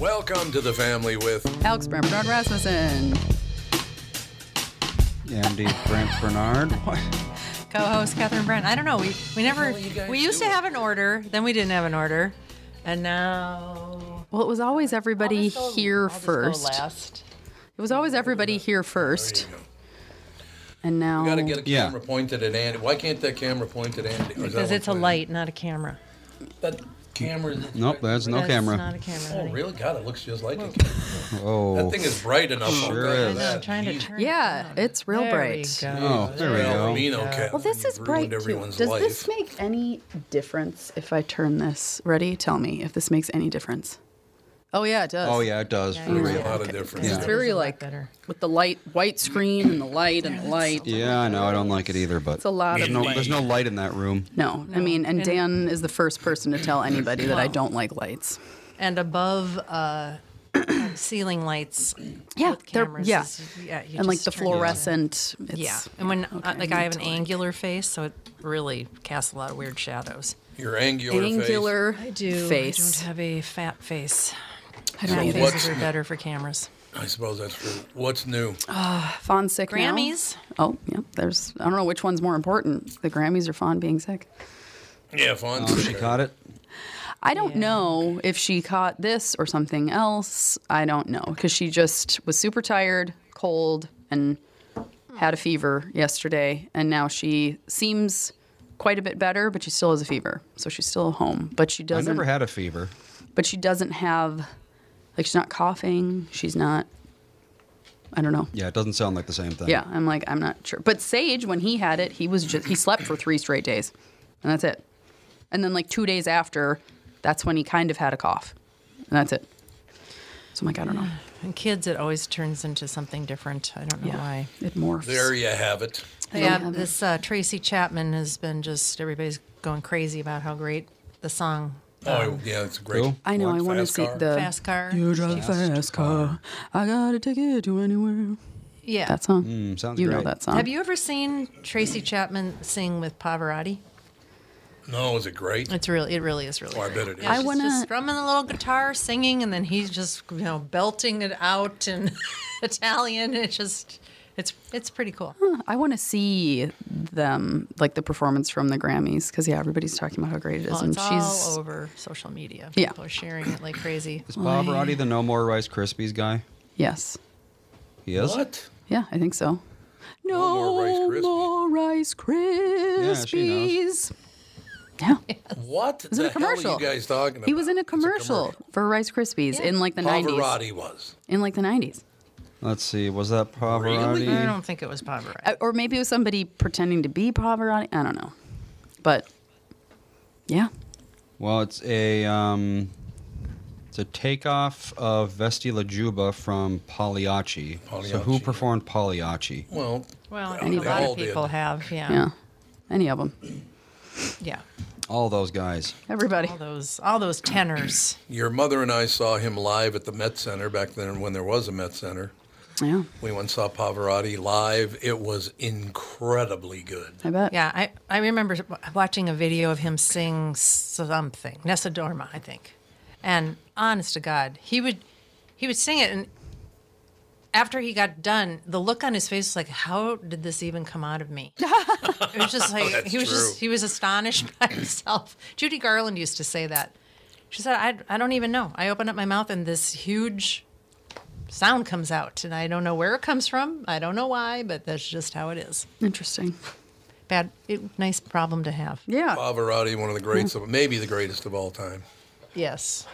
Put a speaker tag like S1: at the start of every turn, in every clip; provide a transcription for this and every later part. S1: Welcome to the family with
S2: Alex Bernard Rasmussen,
S3: MD Brent Bernard. What?
S2: co-host Catherine Brent. I don't know. We we never we used to have an order, then we didn't have an order, and now
S4: Well, it was always everybody here first.
S2: last.
S4: It was always everybody here first. And now,
S1: You gotta get a
S3: Yeah.
S1: camera pointed at Andy. Why can't that camera point at Andy? Or is that
S2: Because
S1: one
S2: it's a
S1: pointed-
S2: light, not a camera.
S1: That camera.
S3: Nope, there's no
S2: That's
S3: camera.
S2: Not a camera.
S1: Oh,
S2: honey.
S1: really? God, it looks just like a camera. That
S3: oh,
S1: thing is bright enough. I'll
S3: Sure
S1: tell you
S3: is.
S2: No, I'm
S1: that.
S2: trying to turn.
S4: yeah, it's real
S2: There
S4: bright.
S2: We go.
S3: oh, there we
S1: Well,
S3: go.
S1: Reno cat
S4: Well, this is bright
S1: ruined
S4: too.
S1: everyone's
S4: Does
S1: life.
S4: this make any difference if I turn this? Ready? Tell me if this makes any difference. Oh yeah, it does.
S3: Oh yeah, it does. for
S1: There's a
S3: real.
S1: lot of difference.
S4: It's very like with the light, white screen, and the light, and the light.
S3: Yeah, I know. I don't like it either, but
S4: It's a lot
S3: there's
S4: of
S3: no
S4: light.
S3: there's no light in that room.
S4: No, I mean, and Dan is the first person to tell anybody that I don't like lights.
S2: And above uh, ceiling lights.
S4: Yeah,
S2: with
S4: they're-
S2: cameras
S4: yeah.
S2: is- yeah you
S4: and like
S2: just
S4: the
S2: turn it on.
S4: fluorescent. It's,
S2: Yeah, and when
S4: okay,
S2: uh, like
S4: need
S2: I have
S4: to
S2: an angular face, so it really casts a lot of weird shadows.
S1: Your angular,
S4: angular
S2: I do.
S4: face.
S2: I don't have a fat face.
S4: I don't
S1: So
S4: either.
S1: what's-
S2: faces are better for cameras.
S1: face. I suppose that's true. What's new?
S4: Oh. Fawn sick now.
S2: Grammys.
S4: Oh, yeah. There's. I don't know which one's more important. The Grammys or Fawn being sick.
S1: Yeah, Fawn.
S3: Oh, she caught it.
S4: I don't know if she caught this or something else. I don't know because she just was super tired, cold, and had a fever yesterday, and now she seems quite a bit better, but she still has a fever, so she's still home. But she
S3: I
S4: doesn't.
S3: never had a fever.
S4: but she doesn't have, like, she's not coughing. She's not. I don't know.
S3: Yeah, it doesn't sound like the same thing.
S4: Yeah, I'm like, I'm not sure. But Sage, when he had it, he was just he slept for three straight days, and that's it. And then like two days after, that's when he kind of had a cough, and that's it. So I'm like, I don't know.
S2: And kids, it always turns into something different. I don't know why.
S4: It morphs.
S1: There you have it.
S2: Yeah, this uh, Tracy Chapman has been just everybody's going crazy about how great the song
S1: Oh, yeah, it's great.
S3: Cool.
S4: Um, I know. I
S1: Like
S4: want to
S1: fast
S4: see
S1: car.
S4: the
S2: "Fast Car."
S4: You drive a fast car. I got a ticket to anywhere.
S2: Yeah.
S4: That song.
S1: Hmm,
S3: Mm, sounds
S4: you know
S3: great.
S4: that song.
S2: Have you ever seen Tracy Chapman sing with Pavarotti?
S1: No, is it great?
S2: It's really, it really is really.
S1: Oh, I
S2: great.
S1: bet it is.
S2: Yeah,
S1: I
S2: she's
S4: wanna-
S2: just strumming the little guitar, singing, and then he's just you know belting it out in Italian. It's just, it's it's pretty cool.
S4: I want to see them like the performance from the Grammys because yeah, everybody's talking about how great it is,
S2: Well,
S4: and
S2: it's
S4: she's
S2: all over social media.
S4: Yeah.
S2: people are sharing it like crazy.
S3: Is Pavarotti the No More Rice Krispies guy?
S4: yes.
S3: He is.
S1: What?
S4: Yeah, I think so.
S1: more Rice Krispies.
S4: more Rice
S3: she
S4: Krispies.
S3: knows.
S4: Yeah,
S1: What
S4: was
S1: the
S4: in a
S1: hell are
S4: commercial.
S1: you guys talking about?
S4: he was in a
S1: It's
S4: commercial for Rice Krispies in like the nineties.
S1: Pavarotti was.
S4: In like the nineties,
S3: Let's see. Was that
S1: Really?
S3: Pavarotti?
S2: I don't think it was Pavarotti.
S4: Uh, or maybe it was somebody pretending to be Pavarotti. I don't know, but yeah,
S3: Well, it's a um, it's a takeoff of Vesti La Juba from Pagliacci. So
S1: Pagliacci, yeah.
S3: who performed Pagliacci?
S1: Well,
S2: Well, I
S1: Well,
S2: think a
S1: they
S2: lot
S1: all
S2: of
S1: did.
S2: people have. Yeah.
S4: yeah, any of them.
S2: Yeah.
S3: All those guys.
S4: Everybody.
S2: All those, all those tenors.
S1: Your mother and I saw him live at the Met Center back then when there was a Met Center.
S4: Yeah,
S1: We once saw Pavarotti live. It was incredibly good.
S4: I bet.
S2: Yeah, I, I remember watching a video of him sing something, Nessa Dorma, I think. And honest to God, he would he would sing it and after he got done, the look on his face was like, How did this even come out of me? it was just like
S1: Oh, that's
S2: he was just
S1: true.
S2: he was astonished by himself. Judy Garland used to say that. She said, I, I don't even know. I open up my mouth and this huge sound comes out and I don't know where it comes from. I don't know why, but that's just how it is
S4: Interesting.
S2: bad, it, nice problem to have.
S4: Yeah.
S1: Pavarotti, one of the greats of maybe the greatest of all time,
S2: Yes.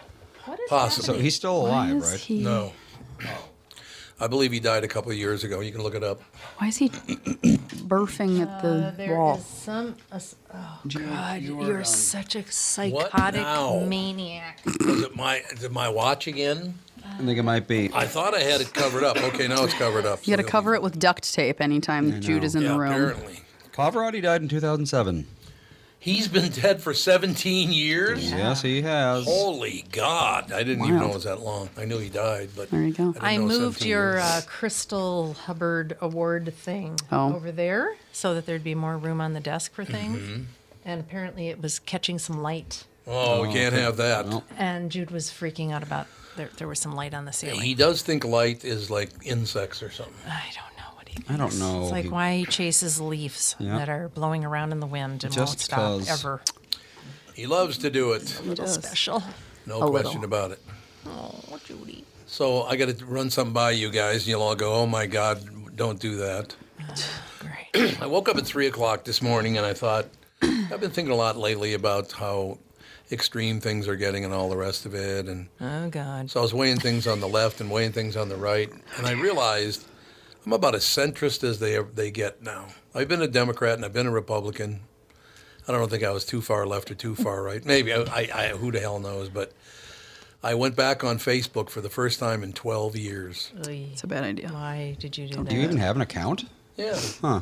S3: So
S1: possibly.
S3: he's still alive,
S4: Why
S3: right?
S4: is he-
S1: no, I believe he died a couple of years ago. You can look it up.
S4: Why is he burfing at the
S2: Uh, There
S4: wall?
S2: is some. oh God, you're,
S3: um,
S2: such a
S1: psychotic
S2: psychotic
S1: now?
S2: maniac.
S1: Was it my did my watch again?
S3: I think it might be.
S1: I thought I had it covered up. Okay, now it's covered up.
S4: You got to cover it with duct tape anytime Jude is in
S1: Yeah,
S4: the room.
S1: apparently.
S3: Pavarotti died in 2007.
S1: He's been dead for 17 years.
S3: Yes, he has.
S1: Holy God! I didn't even know
S4: Wild.
S1: it was that long. I knew he died, but
S4: There you go.
S1: didn't
S2: I
S1: know it was
S2: moved
S1: 17
S2: your
S1: years.
S2: uh, Crystal Hubbard Award thing
S4: Oh.
S2: over there so that there'd be more room on the desk for things. And apparently it was catching some light.
S1: oh, we can't have that.
S2: And Jude was freaking out about there, there was some light on the ceiling.
S1: He does think light is like insects or something.
S2: I don't know what he thinks.
S3: I don't know.
S2: It's like
S3: He-
S2: why he chases leaves
S3: Yeah.
S2: that are blowing around in the wind and won't
S3: Just
S2: stop
S3: 'cause.
S2: ever.
S1: He loves to do it.
S2: Little special.
S1: No
S4: A
S1: question
S4: little.
S1: about it. Oh, Judy. So I got to run something by you guys, and you'll all go, "Oh my God, don't do that."
S2: Great.
S1: I woke up at three o'clock this morning, and I thought I've been thinking a lot lately about how extreme things are getting and all the rest of it, and
S2: Oh God.
S1: So I was weighing things on the left and weighing things on the right, and I realized I'm about as centrist as they they get now. I've been a Democrat and I've been a Republican. I don't think I was too far left or too far right. Maybe I, I, I who the hell knows. But I went back on Facebook for the first time in 12 years.
S4: It's a bad idea.
S2: Why did you do that?
S3: Do you even have an account?
S1: Yeah,
S3: Huh.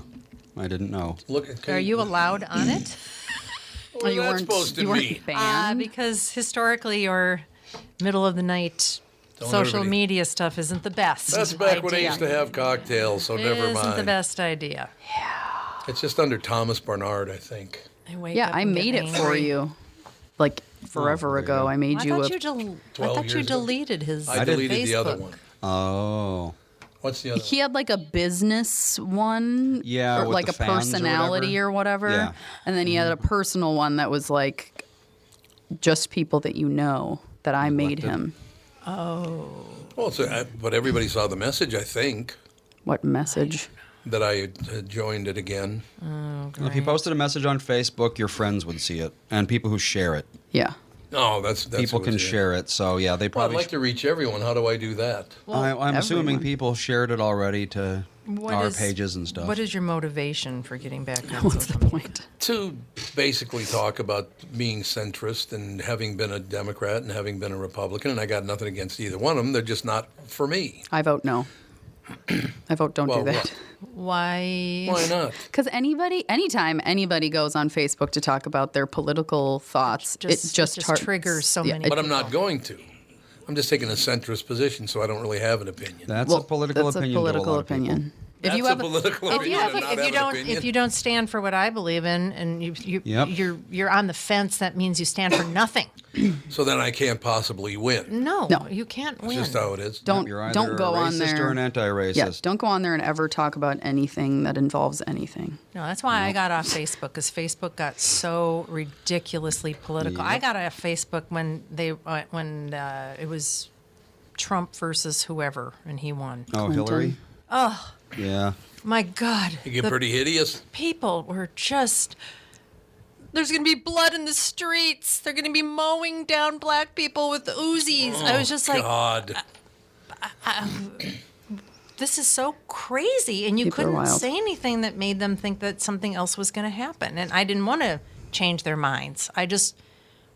S3: I didn't know.
S1: look.
S2: Are you allowed on
S1: Mm.
S2: it?
S1: What is
S4: you
S1: that
S4: weren't,
S1: supposed to
S4: you weren't
S1: mean?
S2: Uh,
S4: banned.
S2: because historically, your middle of the night
S1: Don't
S2: social
S1: everybody-
S2: media stuff isn't the best.
S1: That's back when I
S2: idea.
S1: used to have cocktails, so never
S2: Isn't the
S1: mind.
S2: best idea.
S1: It's just under Thomas Barnard, I think.
S2: I wake
S4: yeah,
S2: up
S4: I
S2: and get
S4: made it for
S2: angry.
S4: you. Like forever ago, I made
S2: I
S4: you a.
S2: thought you, del- I
S1: 12
S2: thought you
S1: years ago.
S2: deleted his.
S1: I deleted the other
S2: Facebook.
S1: one.
S3: Oh.
S1: What's the other?
S4: he had like a business one,
S3: Yeah,
S4: or
S3: with
S4: like
S3: the
S4: a
S3: fans or
S4: personality
S3: whatever.
S4: or whatever,
S3: Yeah. Mm-hmm.
S4: and then he had a personal one that was like just people that you know that I made him.
S2: Oh.
S1: one? Well, it's a, but everybody saw the message, I think.
S4: What message?
S1: that I had joined it again.
S3: If you posted a message on Facebook, your friends would see it, and people who share it,
S4: Yeah,
S1: No, Oh, that's, that's
S3: people
S1: who
S3: can
S1: was it.
S3: share it. So yeah, they
S1: Well, I'd
S3: probably.
S1: like to reach everyone. How do I do that?
S3: I, I'm assuming
S4: everyone.
S3: people shared it already to
S2: What
S3: our
S2: is-
S3: pages and stuff.
S2: What is your motivation for getting back on
S4: what's the
S2: social media?
S4: point?
S1: To basically talk about being centrist and having been a Democrat and having been a Republican, and I got nothing against either one of them. They're just not for me.
S4: I vote no. I vote don't
S1: Well,
S4: do that.
S1: what?
S2: Why?
S1: Why not?
S4: Because anybody, anytime anybody goes on Facebook to talk about their political thoughts,
S2: just-
S4: it just,
S2: it just
S4: har-
S2: triggers so many
S1: But I'm not going to. I'm just taking a centrist position, so I don't really have an opinion.
S3: that's
S4: well,
S3: a political
S4: that's
S3: opinion.
S4: A political
S3: to a lot of people.
S4: opinion.
S1: That's
S4: If you
S1: a
S4: have a-
S1: political
S2: If you,
S1: opinion.
S2: have,
S1: to not
S2: if
S1: have
S2: you
S1: an
S2: don't
S1: opinion.
S2: if you don't stand for what I believe in and you, you
S3: Yep.
S2: you're you're on the fence that means you stand for nothing.
S1: so then I can't possibly win.
S2: No,
S4: No.
S2: you can't
S1: It's
S2: win.
S1: just how it is.
S4: don't
S3: You're either
S4: don't go
S3: a
S4: on
S3: racist
S4: there
S3: or an anti-racist.
S4: Yeah, don't go on there and ever talk about anything that involves anything.
S2: no, that's why I got off Facebook cuz Facebook got so ridiculously political. I got off Facebook when they uh, when uh, it was Trump versus whoever and he won.
S3: Oh, Hillary. Oh. Yeah.
S2: My god.
S1: You get
S2: the
S1: pretty hideous.
S2: people were just there's going to be blood in the streets. They're going to be mowing down black people with Uzis. I was just like, uh,
S1: God.
S2: this is so crazy. And you
S4: People are
S2: couldn't
S4: wild.
S2: say anything that made them think that something else was going to happen. And I didn't want to change their minds. I just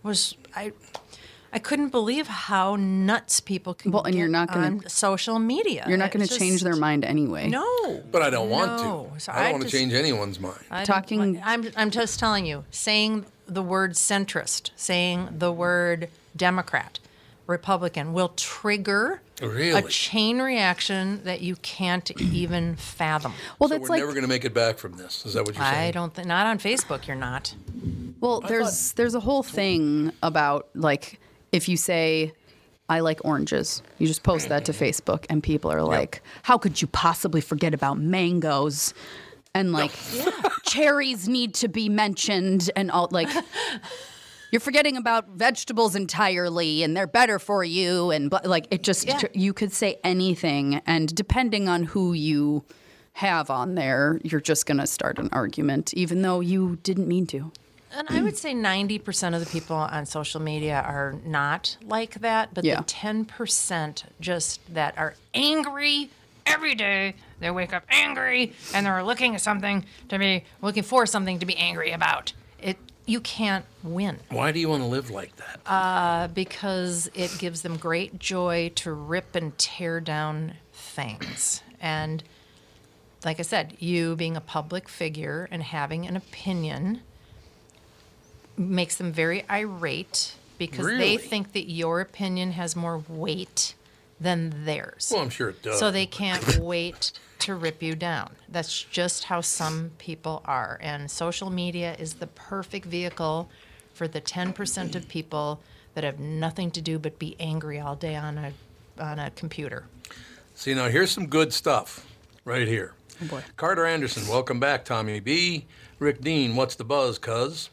S2: was, I, I I couldn't believe how nuts people can
S4: Well, and
S2: get
S4: you're not gonna-
S2: on social media.
S4: You're not going
S2: It's
S4: to
S2: just-
S4: change their mind anyway.
S2: No.
S1: But I don't want
S2: No,
S1: to.
S2: so
S1: I don't
S2: I
S1: want to
S2: just-
S1: change anyone's mind.
S2: I don't-
S4: Talking-
S2: I'm, I'm just telling you, saying the word centrist, saying the word Democrat, Republican will trigger a
S1: Really?
S2: chain reaction that you can't even fathom.
S4: Well,
S1: so
S4: that's
S1: we're
S4: like
S1: never going to make it back from this. Is that what you're saying?
S2: I don't think, not on Facebook, you're not.
S4: Well, there's there's a whole thing about like if you say I like oranges, you just post that to Facebook and people are like, "How could you possibly forget about mangoes?" And like cherries need to be mentioned and all like you're forgetting about vegetables entirely and they're better for you and but like it just you could say anything and depending on who you have on there, you're just going to start an argument even though you didn't mean to.
S2: And I would say 90% of the people on social media are not like that, but
S4: Yeah.
S2: the 10% just that are angry every day. They wake up angry and they're looking at something to be looking for something to be angry about. It you can't win
S1: Why do you want to live like that?
S2: uh, because it gives them great joy to rip and tear down things. And like I said, you being a public figure and having an opinion makes them very irate because
S1: Really?
S2: they think that your opinion has more weight than theirs.
S1: well, I'm sure it does.
S2: So they can't wait to rip you down. That's just how some people are. And social media is the perfect vehicle for the 10% of people that have nothing to do but be angry all day on a on a computer.
S1: See, now here's some good stuff right here.
S2: Oh,
S1: Carter Anderson, welcome back, Tommy B. Rick Dean, what's the buzz, cuz?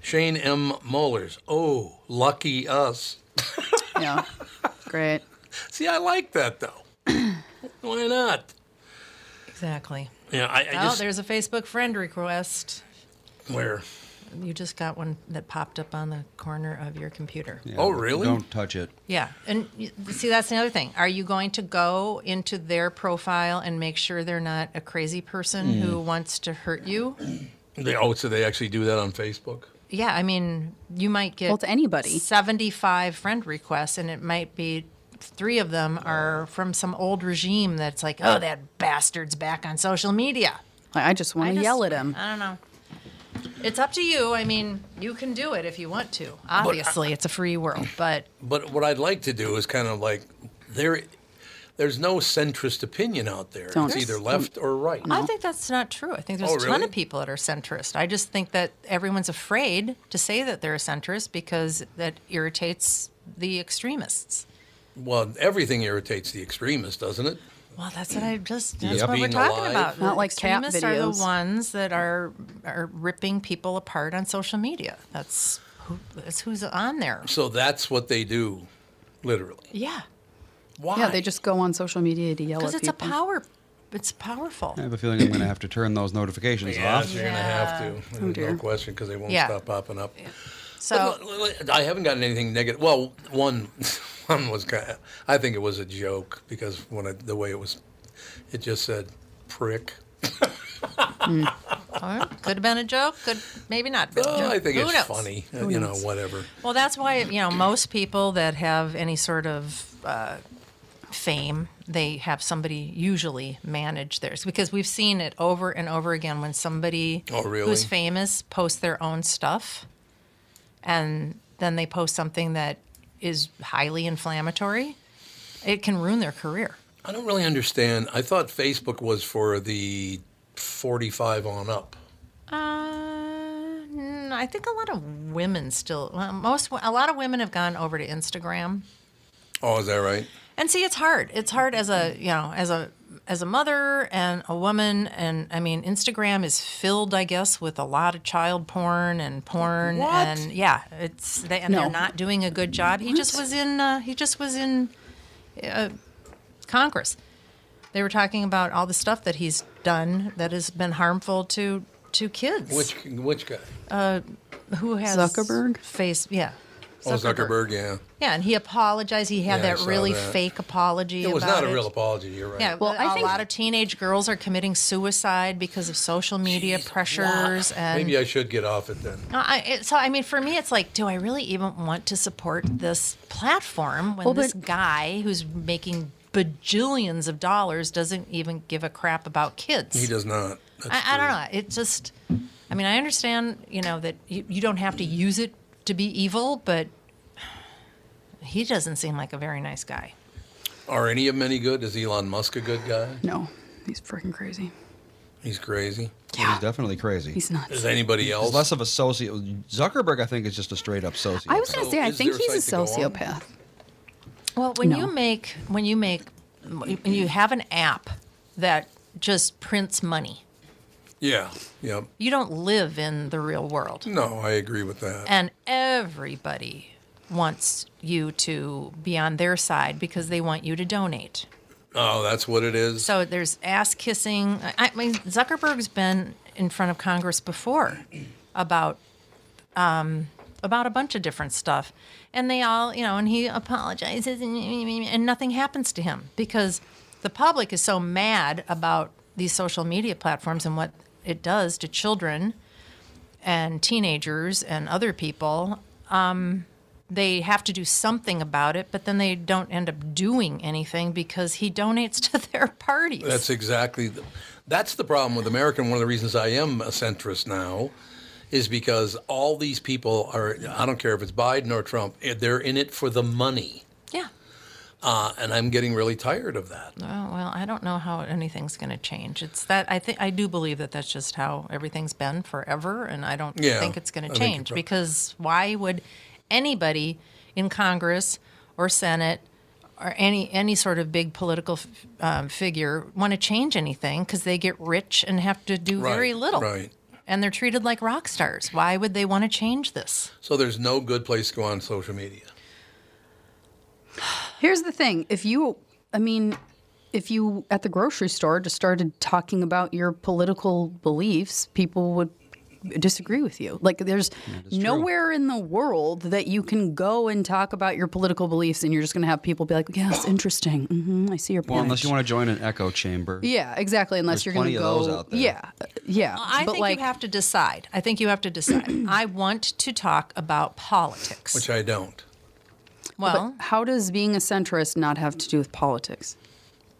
S1: Shane M. Mullers, oh, lucky us.
S4: Yeah. Great.
S1: See, I like that though. Why not?
S2: Exactly.
S1: Yeah, I, I
S2: Oh,
S1: just
S2: there's a Facebook friend request.
S1: where.
S2: You just got one that popped up on the corner of your computer. Yeah.
S1: Oh, really?
S3: Don't touch it.
S2: And you, see, that's the other thing. Are you going to go into their profile and make sure they're not a crazy person who
S1: Mm.
S2: wants to hurt you?
S1: They, oh, so they actually do that on Facebook?
S2: Yeah, I mean, you might get
S4: Well, to anybody.
S2: 75 friend requests, and it might be three of them are from some old regime that's like, oh, that bastard's back on social media.
S4: I I just want to
S2: just-
S4: yell at him.
S2: I don't know. It's up to you. I mean, you can do it if you want to. Obviously, it's a free world, but
S1: But what I'd like to do is kind of like there. There's no centrist opinion out there.
S4: Don't.
S1: It's either left or right.
S2: I think that's not true. I think there's
S1: Oh,
S2: a ton
S1: really?
S2: of people that are centrist. I just think that everyone's afraid to say that they're a centrist because that irritates the extremists.
S1: Well, everything irritates the extremists, doesn't it?
S2: Well, that's what I just. That's
S1: Yep.
S2: what we're
S1: Being
S2: talking
S1: alive.
S2: about.
S4: Not
S2: The
S4: like cat
S2: extremists are the
S4: videos.
S2: ones that are are ripping people apart on social media. That's who, that's who's on there.
S1: So that's what they do, literally.
S2: Yeah,
S1: Why?
S4: Yeah, they just go on social media to yell at
S2: because
S4: people.
S2: it's a power. It's powerful.
S3: I have a feeling I'm going to have to turn those notifications
S1: Yeah,
S3: off.
S1: you're gonna have to. There's
S4: dear.
S1: no question because they won't
S2: Oh, Yeah.
S1: stop popping up.
S2: So
S1: I haven't gotten anything negative. Well, one, one was kind. Of, I think it was a joke because when it, the way it was, it just said "prick."
S2: all right, could have been a joke. Could maybe not. Been a
S1: Oh,
S2: joke.
S1: I think
S2: Who
S1: it's
S2: knows?
S1: funny. you know, whatever.
S2: Well, that's why you know most people that have any sort of uh, fame, they have somebody usually manage theirs because we've seen it over and over again when somebody
S1: Oh, really?
S2: who's famous posts their own stuff, and then they post something that is highly inflammatory. It can ruin their career.
S1: I don't really understand. I thought Facebook was for the 45 on up.
S2: Uh, n- I think a lot of women still. well, Most a lot of women have gone over to Instagram.
S1: Oh, is that right?
S2: And see, it's hard. It's hard as a you know as a as a mother and a woman, and I mean, Instagram is filled, I guess, with a lot of child porn and porn, and yeah, it's they, and
S4: No.
S2: they're not doing a good job. He just was in. Uh, he just was in uh, Congress. They were talking about all the stuff that he's done that has been harmful to to kids.
S1: Which which guy?
S2: who has
S4: Zuckerberg?
S2: face? Yeah,
S1: Oh, Zuckerberg, yeah.
S2: Yeah, and he apologized. He had
S1: Yeah, I
S2: that
S1: saw
S2: really
S1: that.
S2: fake apology.
S1: It was
S2: about
S1: not a
S2: it.
S1: real apology. You're right.
S2: Yeah,
S4: Well,
S2: well,
S4: I
S2: a
S4: think-
S2: lot of teenage girls are committing suicide because of social media pressures and
S1: Maybe I should get off it then.
S2: No, I, it, so I mean, for me, it's like, do I really even want to support this platform when
S4: Well,
S2: this
S4: but-
S2: guy who's making bajillions of dollars doesn't even give a crap about kids?
S1: He does not. That's
S2: I, I don't
S1: true.
S2: know. It just, I mean, I understand, you know, that you, you don't have to use it to be evil, but he doesn't seem like a very nice guy.
S1: Are any of them any good? Is Elon Musk a good guy?
S4: No, he's freaking crazy.
S1: He's crazy.
S3: He's definitely crazy.
S4: He's nuts.
S1: Is anybody else?
S3: He's less of a sociopath. Zuckerberg, I think, is just a straight up sociopath.
S4: I was gonna
S1: So
S4: say I
S1: is
S4: think
S1: there a
S4: he's a
S1: site to go on?
S4: sociopath.
S2: Well, when
S4: No.
S2: you make when you make when you have an app that just prints money,
S1: yeah. Yep.
S2: you don't live in the real world.
S1: No, I agree with that.
S2: and everybody wants you to be on their side because they want you to donate.
S1: oh, that's what it is.
S2: So there's ass kissing. I I mean, Zuckerberg's been in front of Congress before about um, about a bunch of different stuff, and they all, you know, and he apologizes, and, and nothing happens to him because the public is so mad about these social media platforms and what it does to children and teenagers and other people. Um, they have to do something about it, but then they don't end up doing anything because he donates to their parties.
S1: That's exactly. The, that's the problem with America. And one of the reasons I am a centrist now is because all these people are. I don't care if it's Biden or Trump. eh, They're in it for the money,
S2: yeah.
S1: uh, and I'm getting really tired of that.
S2: Oh, well, I don't know how anything's going to change. It's that I think I do believe that that's just how everything's been forever, and I don't
S1: Yeah,
S2: think it's going
S1: I
S2: to
S1: think you're
S2: change
S1: prob-
S2: because why would anybody in Congress or Senate or any any sort of big political f- um, figure want to change anything because they get rich and have to do very
S1: Right,
S2: little,
S1: right.
S2: And they're treated like rock stars. Why would they want to change this?
S1: So there's no good place to go on social media.
S4: Here's the thing. If you, I mean, if you at the grocery store just started talking about your political beliefs, people would disagree with you. Like, there's nowhere in the world that you can go and talk about your political beliefs and you're just going to have people be like, yeah, that's interesting. hmm I see your point.
S3: well, unless you want to join an echo chamber.
S4: yeah, exactly. Unless you're
S3: There's
S4: going to
S3: plenty
S4: go.
S3: of those out there.
S4: Yeah, uh, yeah.
S2: I
S4: but
S2: think
S4: like,
S2: you have to decide. I think you have to decide. I want to talk about politics.
S1: Which I don't.
S2: well,
S4: but how does being a centrist not have to do with politics?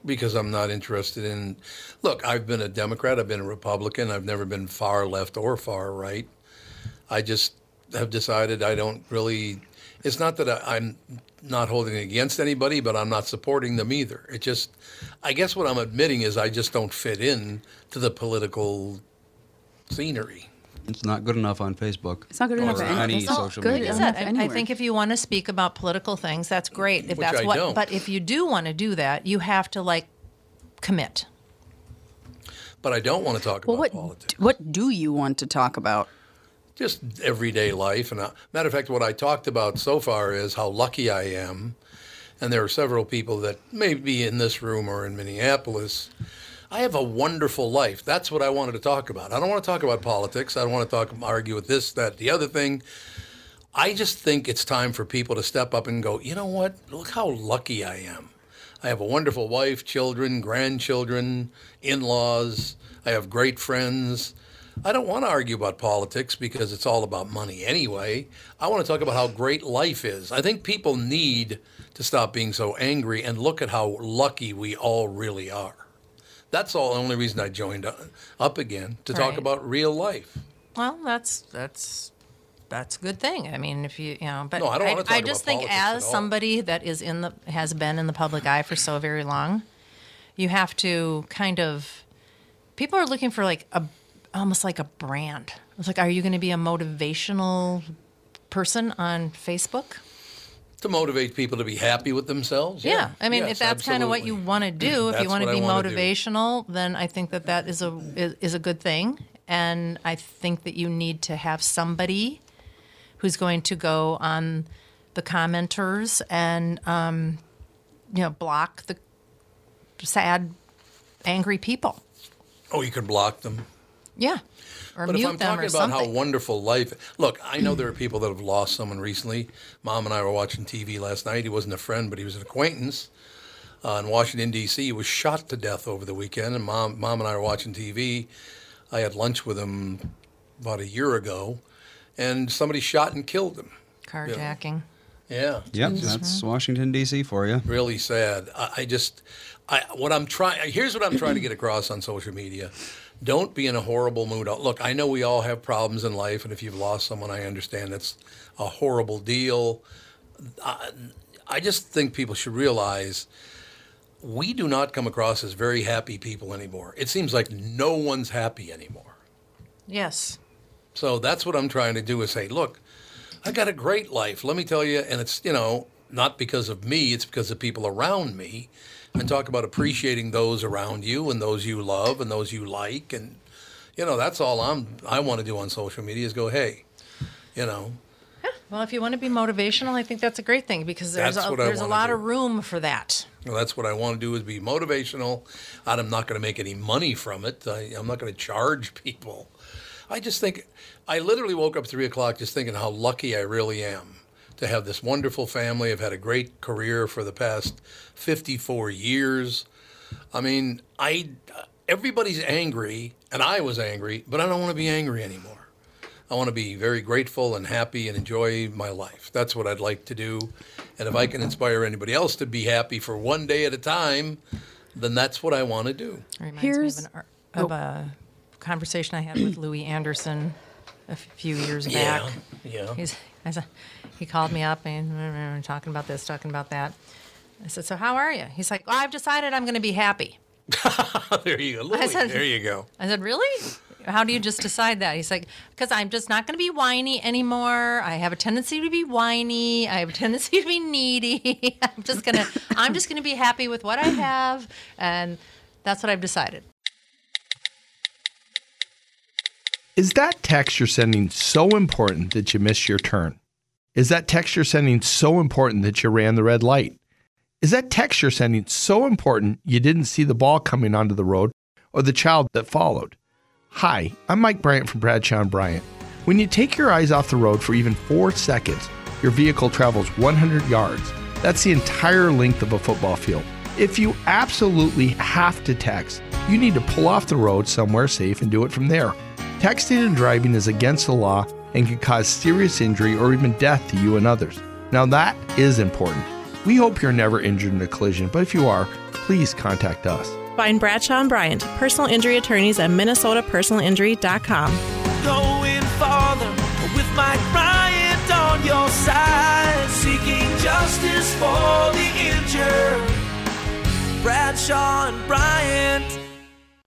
S1: because I'm not interested in. Look, I've been a Democrat, I've been a Republican, I've never been far left or far right. I just have decided I don't really. It's not that I, I'm not holding it against anybody, but I'm not supporting them either. It just, I guess what I'm admitting is I just don't fit in to the political scenery.
S3: It's not good enough on Facebook.
S4: It's not good enough
S3: Or
S4: for any-
S3: any
S4: it's not
S3: social
S4: good
S3: media.
S4: enough.
S2: Is that-
S4: enough
S2: I- I
S4: anywhere.
S2: think if you want to speak about political things, that's great. If
S1: Which
S2: that's
S1: I
S2: what,
S1: don't.
S2: but if you do want to do that, you have to like commit.
S1: But I don't want to talk
S4: Well,
S1: about
S4: what
S1: politics.
S4: what do you want to talk about?
S1: just everyday life. And uh matter of fact, what I talked about so far is how lucky I am. And there are several people that may be in this room or in Minneapolis. I have a wonderful life. That's what I wanted to talk about. I don't want to talk about politics. I don't want to talk argue with this, that, the other thing. I just think it's time for people to step up and go, you know what? Look how lucky I am. I have a wonderful wife, children, grandchildren, in laws. I have great friends. I don't want to argue about politics because it's all about money anyway. I want to talk about how great life is. I think people need to stop being so angry and look at how lucky we all really are. That's all the only reason I joined uh, up again to talk
S2: Right.
S1: about real life.
S2: Well, that's that's that's a good thing. I mean, if you you know, but
S1: No, I don't wanna talk
S2: just
S1: about
S2: think
S1: politics at
S2: as
S1: all.
S2: somebody that is in the has been in the public eye for so very long, you have to kind of people are looking for like a almost like a brand. It's like, are you going to be a motivational person on Facebook?
S1: To motivate people to be happy with themselves.
S2: Yeah. I mean,
S1: Yes,
S2: if that's kind of what you
S1: absolutely.
S2: want to do, if you
S1: That's
S2: want to
S1: what I
S2: be
S1: wanna do.
S2: motivational, then I think that that is a is, is a good thing, and I think that you need to have somebody who's going to go on the commenters and um, you know block the sad, angry people.
S1: Oh, you can block them.
S2: Yeah. Or
S1: But if
S2: mute
S1: I'm
S2: them
S1: talking
S2: or
S1: about how
S2: something.
S1: wonderful life, look, I know there are people that have lost someone recently. Mom and I were watching TV last night. He wasn't a friend, but he was an acquaintance uh, in Washington D.C. He was shot to death over the weekend, and mom, mom and I were watching TV. I had lunch with him about a year ago, and somebody shot and killed him.
S2: Carjacking.
S1: Yeah,
S3: Yep, that's Washington D.C. for you.
S1: really sad. I, I just, I what I'm trying. Here's what I'm trying to get across on social media: don't be in a horrible mood. Uh, Look, I know we all have problems in life, and if you've lost someone, I understand that's a horrible deal. I, I just think people should realize we do not come across as very happy people anymore. It seems like no one's happy anymore.
S2: Yes.
S1: So that's what I'm trying to do is say, look, I got a great life. Let me tell you, and it's you know not because of me, it's because of people around me, and talk about appreciating those around you and those you love and those you like, and you know that's all I'm I want to do on social media is go, hey, you know,
S2: Well, if you want to be motivational, I think that's a great thing because there's
S1: That's
S2: a,
S1: what I
S2: there's a
S1: wanna
S2: lot
S1: do.
S2: of room for that.
S1: Well, that's what I want to do is be motivational. And I'm not going to make any money from it. I, I'm not going to charge people. I just think I literally woke up three o'clock just thinking how lucky I really am to have this wonderful family. I've had a great career for the past 54 years. I mean, I everybody's angry, and I was angry, but I don't want to be angry anymore. I want to be very grateful and happy and enjoy my life. That's what I'd like to do. And if I can inspire anybody else to be happy for one day at a time, then that's what I want to do.
S2: It reminds
S4: Here's-
S2: me of, an, ar- of a conversation I had with Louis Anderson a f- few years
S1: Yeah,
S2: back.
S1: yeah.
S2: He's, I said, he called me up and "Mm, mm, talking about this, talking about that. I said, "So how are you?" He's like, well, "I've decided I'm going to be happy."
S1: there you go. Louis,
S2: said-
S1: there you go.
S2: I said, "Really? How do you just decide that?" He's like, "Because I'm just not going to be whiny anymore. I have a tendency to be whiny. I have a tendency to be needy. I'm just gonna, I'm just gonna be happy with what I have, and that's what I've decided."
S5: Is that text you're sending so important that you missed your turn? Is that text you're sending so important that you ran the red light? Is that text you're sending so important you didn't see the ball coming onto the road or the child that followed? Hi, I'm Mike Bryant from Bradshaw and Bryant. When you take your eyes off the road for even four seconds, your vehicle travels 100 yards. That's the entire length of a football field. If you absolutely have to text, you need to pull off the road somewhere safe and do it from there. Texting and driving is against the law and can cause serious injury or even death to you and others. Now, that is important. We hope you're never injured in a collision, but if you are, please contact us.
S6: Find Bradshaw and Bryant, personal injury attorneys at minnesotapersonalinjury.com.
S7: Going farther with Mike Bryant on your side, seeking justice for the injured. Bradshaw and Bryant.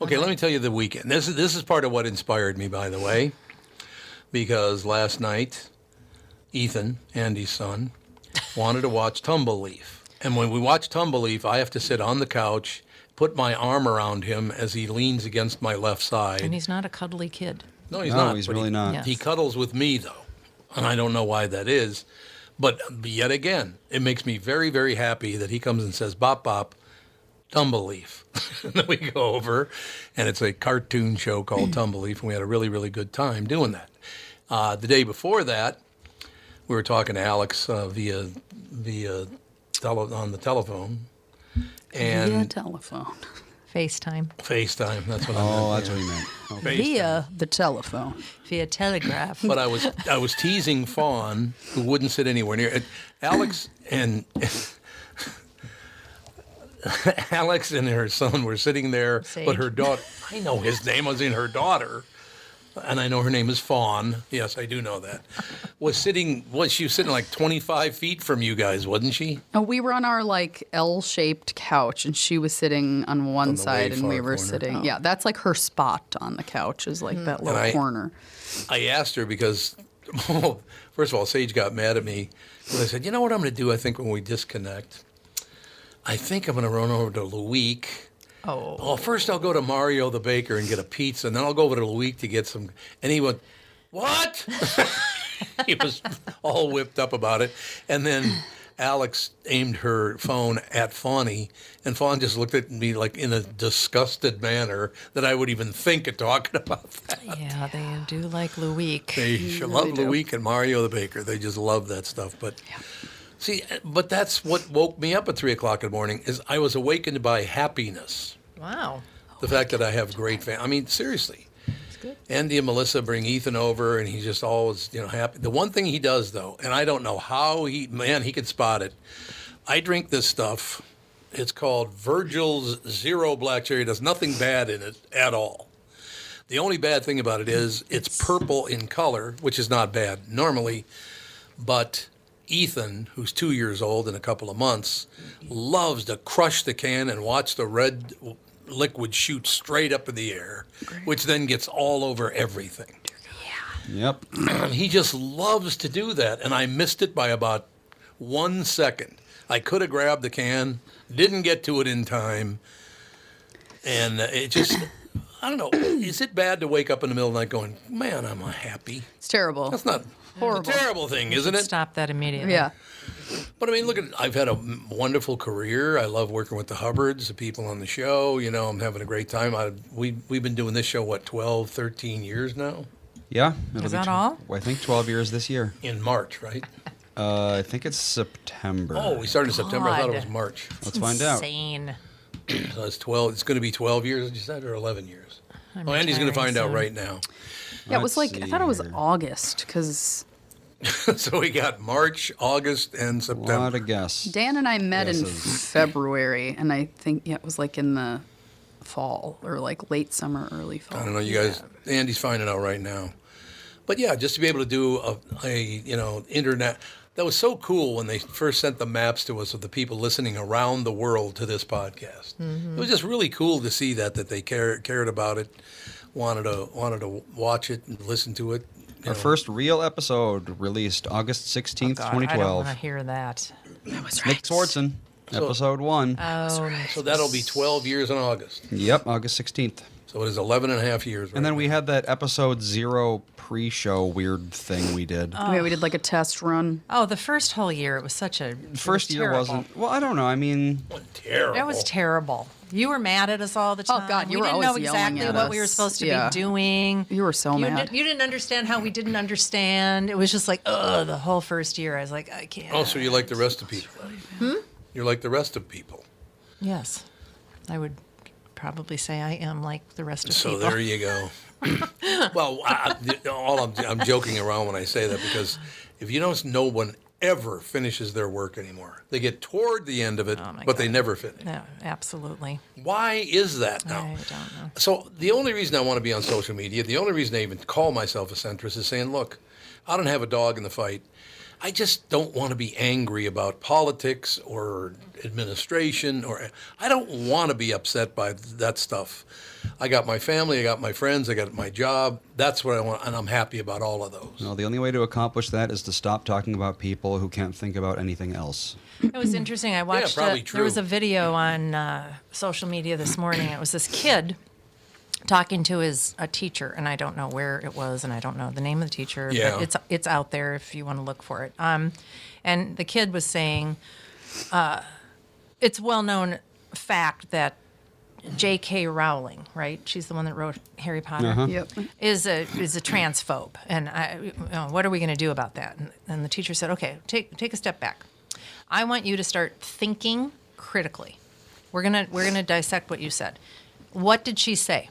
S1: Okay,
S3: Uh-huh.
S1: let me tell you the weekend. This is this is part of what inspired me, by the way, because last night, Ethan, Andy's son, wanted to watch Tumbleleaf, and when we watch Tumbleleaf, I have to sit on the couch, put my arm around him as he leans against my left side.
S2: And he's not a cuddly kid.
S1: No, he's
S3: No,
S1: not.
S3: he's
S1: but
S3: really
S1: he,
S3: not. Yes.
S1: He cuddles with me though, and I don't know why that is, but yet again, it makes me very, very happy that he comes and says "bop bop," Tumbleleaf. and then we go over, and it's a cartoon show called
S4: Mm.
S1: Tumbleleaf, and we had a really, really good time doing that. Uh, the day before that, we were talking to Alex uh, via via tele- on the telephone, and
S4: via telephone.
S2: FaceTime
S1: FaceTime. That's what I meant.
S3: Oh, that's
S1: yeah.
S3: what he meant. Okay.
S4: Via Uh, the telephone.
S2: via telegraph.
S1: But I was I was teasing Fawn, who wouldn't sit anywhere near. Alex and Alex and her son were sitting there, but
S2: Sage.
S1: her daughter. I know his name. I was in her daughter, and I know her name is Fawn. Yes, I do know that. Was sitting. Was she was sitting like twenty five feet from you guys? Wasn't she?
S4: Oh, we were on our like L-shaped couch, and she was sitting on one
S1: On the
S4: side,
S1: way
S4: and we
S1: far
S4: were
S1: corner.
S2: Oh.
S4: sitting. Yeah, that's like her spot on the couch is
S2: Mm-hmm.
S4: like that little
S1: I-
S4: corner.
S1: I asked her because, first of all, Sage got mad at me. But I said, you know what I'm going to do? I think when we disconnect, I think I'm going to run over to Luik. Oh. Well, first I'll go to Mario the baker and get a pizza, and then I'll go over to Luik to get some. And he went, what? he was all whipped up about it. And then Alex aimed her phone at Fawny, and Fawn just looked at me like in a disgusted manner that I would even think of talking about that.
S2: yeah, they do like Luik.
S1: They sure love Luik and Mario the Baker. They just love that stuff. But see, but that's what woke me up at three o'clock in the morning. Is I was awakened by happiness,
S2: Wow.
S1: the fact that I have great fam. I mean, seriously. Andy and Melissa bring Ethan over, and he's just always, you know, happy. The one thing he does, though, and I don't know how he, man, he could spot it. I drink this stuff. It's called Virgil's Zero Black Cherry. It has nothing bad in it at all. The only bad thing about it is it's purple in color, which is not bad normally. But Ethan, who's two years old in a couple of months, loves to crush the can and watch the red w- liquid shoot straight up in the air, which then gets all over everything.
S3: Yep.
S1: And he just loves to do that, and I missed it by about one second. I could have grabbed the can, didn't get to it in time, and uh, it just. I don't know. Is it bad to wake up in the middle of the night going, man, I'm unhappy?
S4: It's terrible.
S1: That's not
S4: Horrible.
S1: a terrible thing, isn't it?
S2: Stop that immediately.
S4: yeah.
S1: But I mean, look at I've had a m- wonderful career. I love working with the Hubbards, the people on the show. You know, I'm having a great time. I, we, we've been doing this show, what, 12, 13 years now?
S3: Yeah. it'll
S2: Is
S3: be
S2: that
S3: tw-
S2: all?
S3: I think 12 years this year.
S1: In March, right?
S3: Uh, I think it's September.
S1: Oh, we started in September. I thought it
S2: God.
S1: was March.
S3: Let's find out.
S2: Insane.
S1: So it's 12. It's going to be 12 years, you said, or 11 years? oh, Andy's going to
S2: retiring
S1: find out
S2: soon.
S1: right now.
S4: Yeah, it was
S3: Let's
S4: like I thought it was
S3: see here.
S4: August because
S1: so we got March, August, and
S3: A lot
S1: September.
S3: of guess.
S4: Dan and I met in
S3: Guesses.
S4: February, and I think yeah, it was like in the fall or like late summer, early fall.
S1: I don't know, you guys, Andy's finding out right now. But yeah, just to be able to do a, a you know, internet. That was so cool when they first sent the maps to us of the people listening around the world to this podcast. It was just really cool to see that that they care, cared about it, wanted to wanted to watch it and listen to it. you
S3: Our
S1: know.
S3: first real episode released August 16th,
S2: Oh, God, I don't
S3: 2012.
S2: want to hear that.
S3: Nick Swartzen, episode one.
S2: uh,
S1: so that'll be 12 years in August.
S3: yep, August 16th.
S1: So it is 11 and a half years. Right
S3: And then we had that episode zero pre show weird thing we did.
S4: Oh, Yeah, we did like a test run.
S2: Oh, the first whole year it was such a it
S3: First
S2: was
S3: year
S2: terrible.
S3: wasn't. Well, I don't know. I mean,
S1: terrible.
S2: That was terrible. You were mad at us all the
S4: Oh,
S2: time.
S4: God, you
S2: we
S4: were
S2: didn't
S4: always
S2: know
S4: yelling
S2: exactly
S4: at
S2: what we were
S4: us.
S2: supposed to
S4: Yeah.
S2: be doing.
S4: You were so
S2: you
S4: mad.
S2: Did, you didn't understand how we didn't understand. It was just like, ugh, the whole first year. I was like, I can't.
S1: Oh, so you're like the rest of people. You're like the rest of people.
S2: Yes, I would probably say I am like the rest of
S1: So
S2: people.
S1: there you go. well, I, I- all I'm, I'm joking around when I say that because if you don't, no one ever finishes their work anymore. They get toward the end of it, but they never finish.
S2: yeah, absolutely.
S1: Why is that now?
S2: I don't know.
S1: So the only reason I want to be on social media, the only reason I even call myself a centrist is saying, look, I don't have a dog in the fight. I just don't want to be angry about politics or administration or I don't want to be upset by that stuff. I got my family, I got my friends, I got my job. That's what I want and I'm happy about all of those.
S3: no, the only way to accomplish that is to stop talking about people who can't think about anything else.
S2: It was interesting. I watched.
S1: probably
S2: a, There was
S1: true.
S2: a video on uh, social media this morning. It was this kid talking to his a teacher, and I don't know where it was, and I don't know the name of the teacher.
S8: Yeah.
S2: But it's it's out there if you want to look for it. Um, and the kid was saying, uh, it's well known fact that J.K. Rowling, right? She's the one that wrote Harry Potter.
S8: Uh-huh. Yep.
S2: Is a is a transphobe, and I, uh, what are we going to do about that? And, and the teacher said, okay, take take a step back. I want you to start thinking critically. We're gonna we're gonna dissect what you said. What did she say?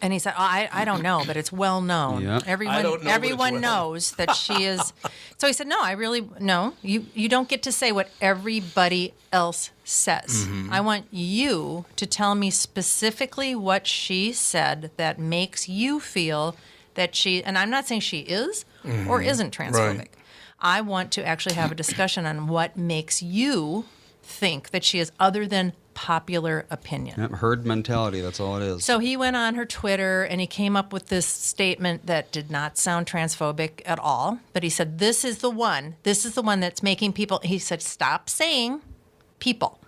S2: And he said, oh, I I don't know, but it's well known.
S8: Yeah. I
S2: Everyone
S8: don't know, but it's
S2: everyone
S8: well."
S2: knows that she is. so he said, no, I really no. You you don't get to say what everybody else says.
S8: Mhm.
S2: I want you to tell me specifically what she said that makes you feel that she. And I'm not saying she is or
S8: Mhm.
S2: isn't
S8: Right.
S2: transphobic. I want to actually have a discussion on what makes you think that she is other than popular opinion.
S3: Yep, herd mentality. That's all it is.
S2: So he went on her Twitter and he came up with this statement that did not sound transphobic at all. But he said, This is the one, this is the one that's making people. He said, Stop saying people.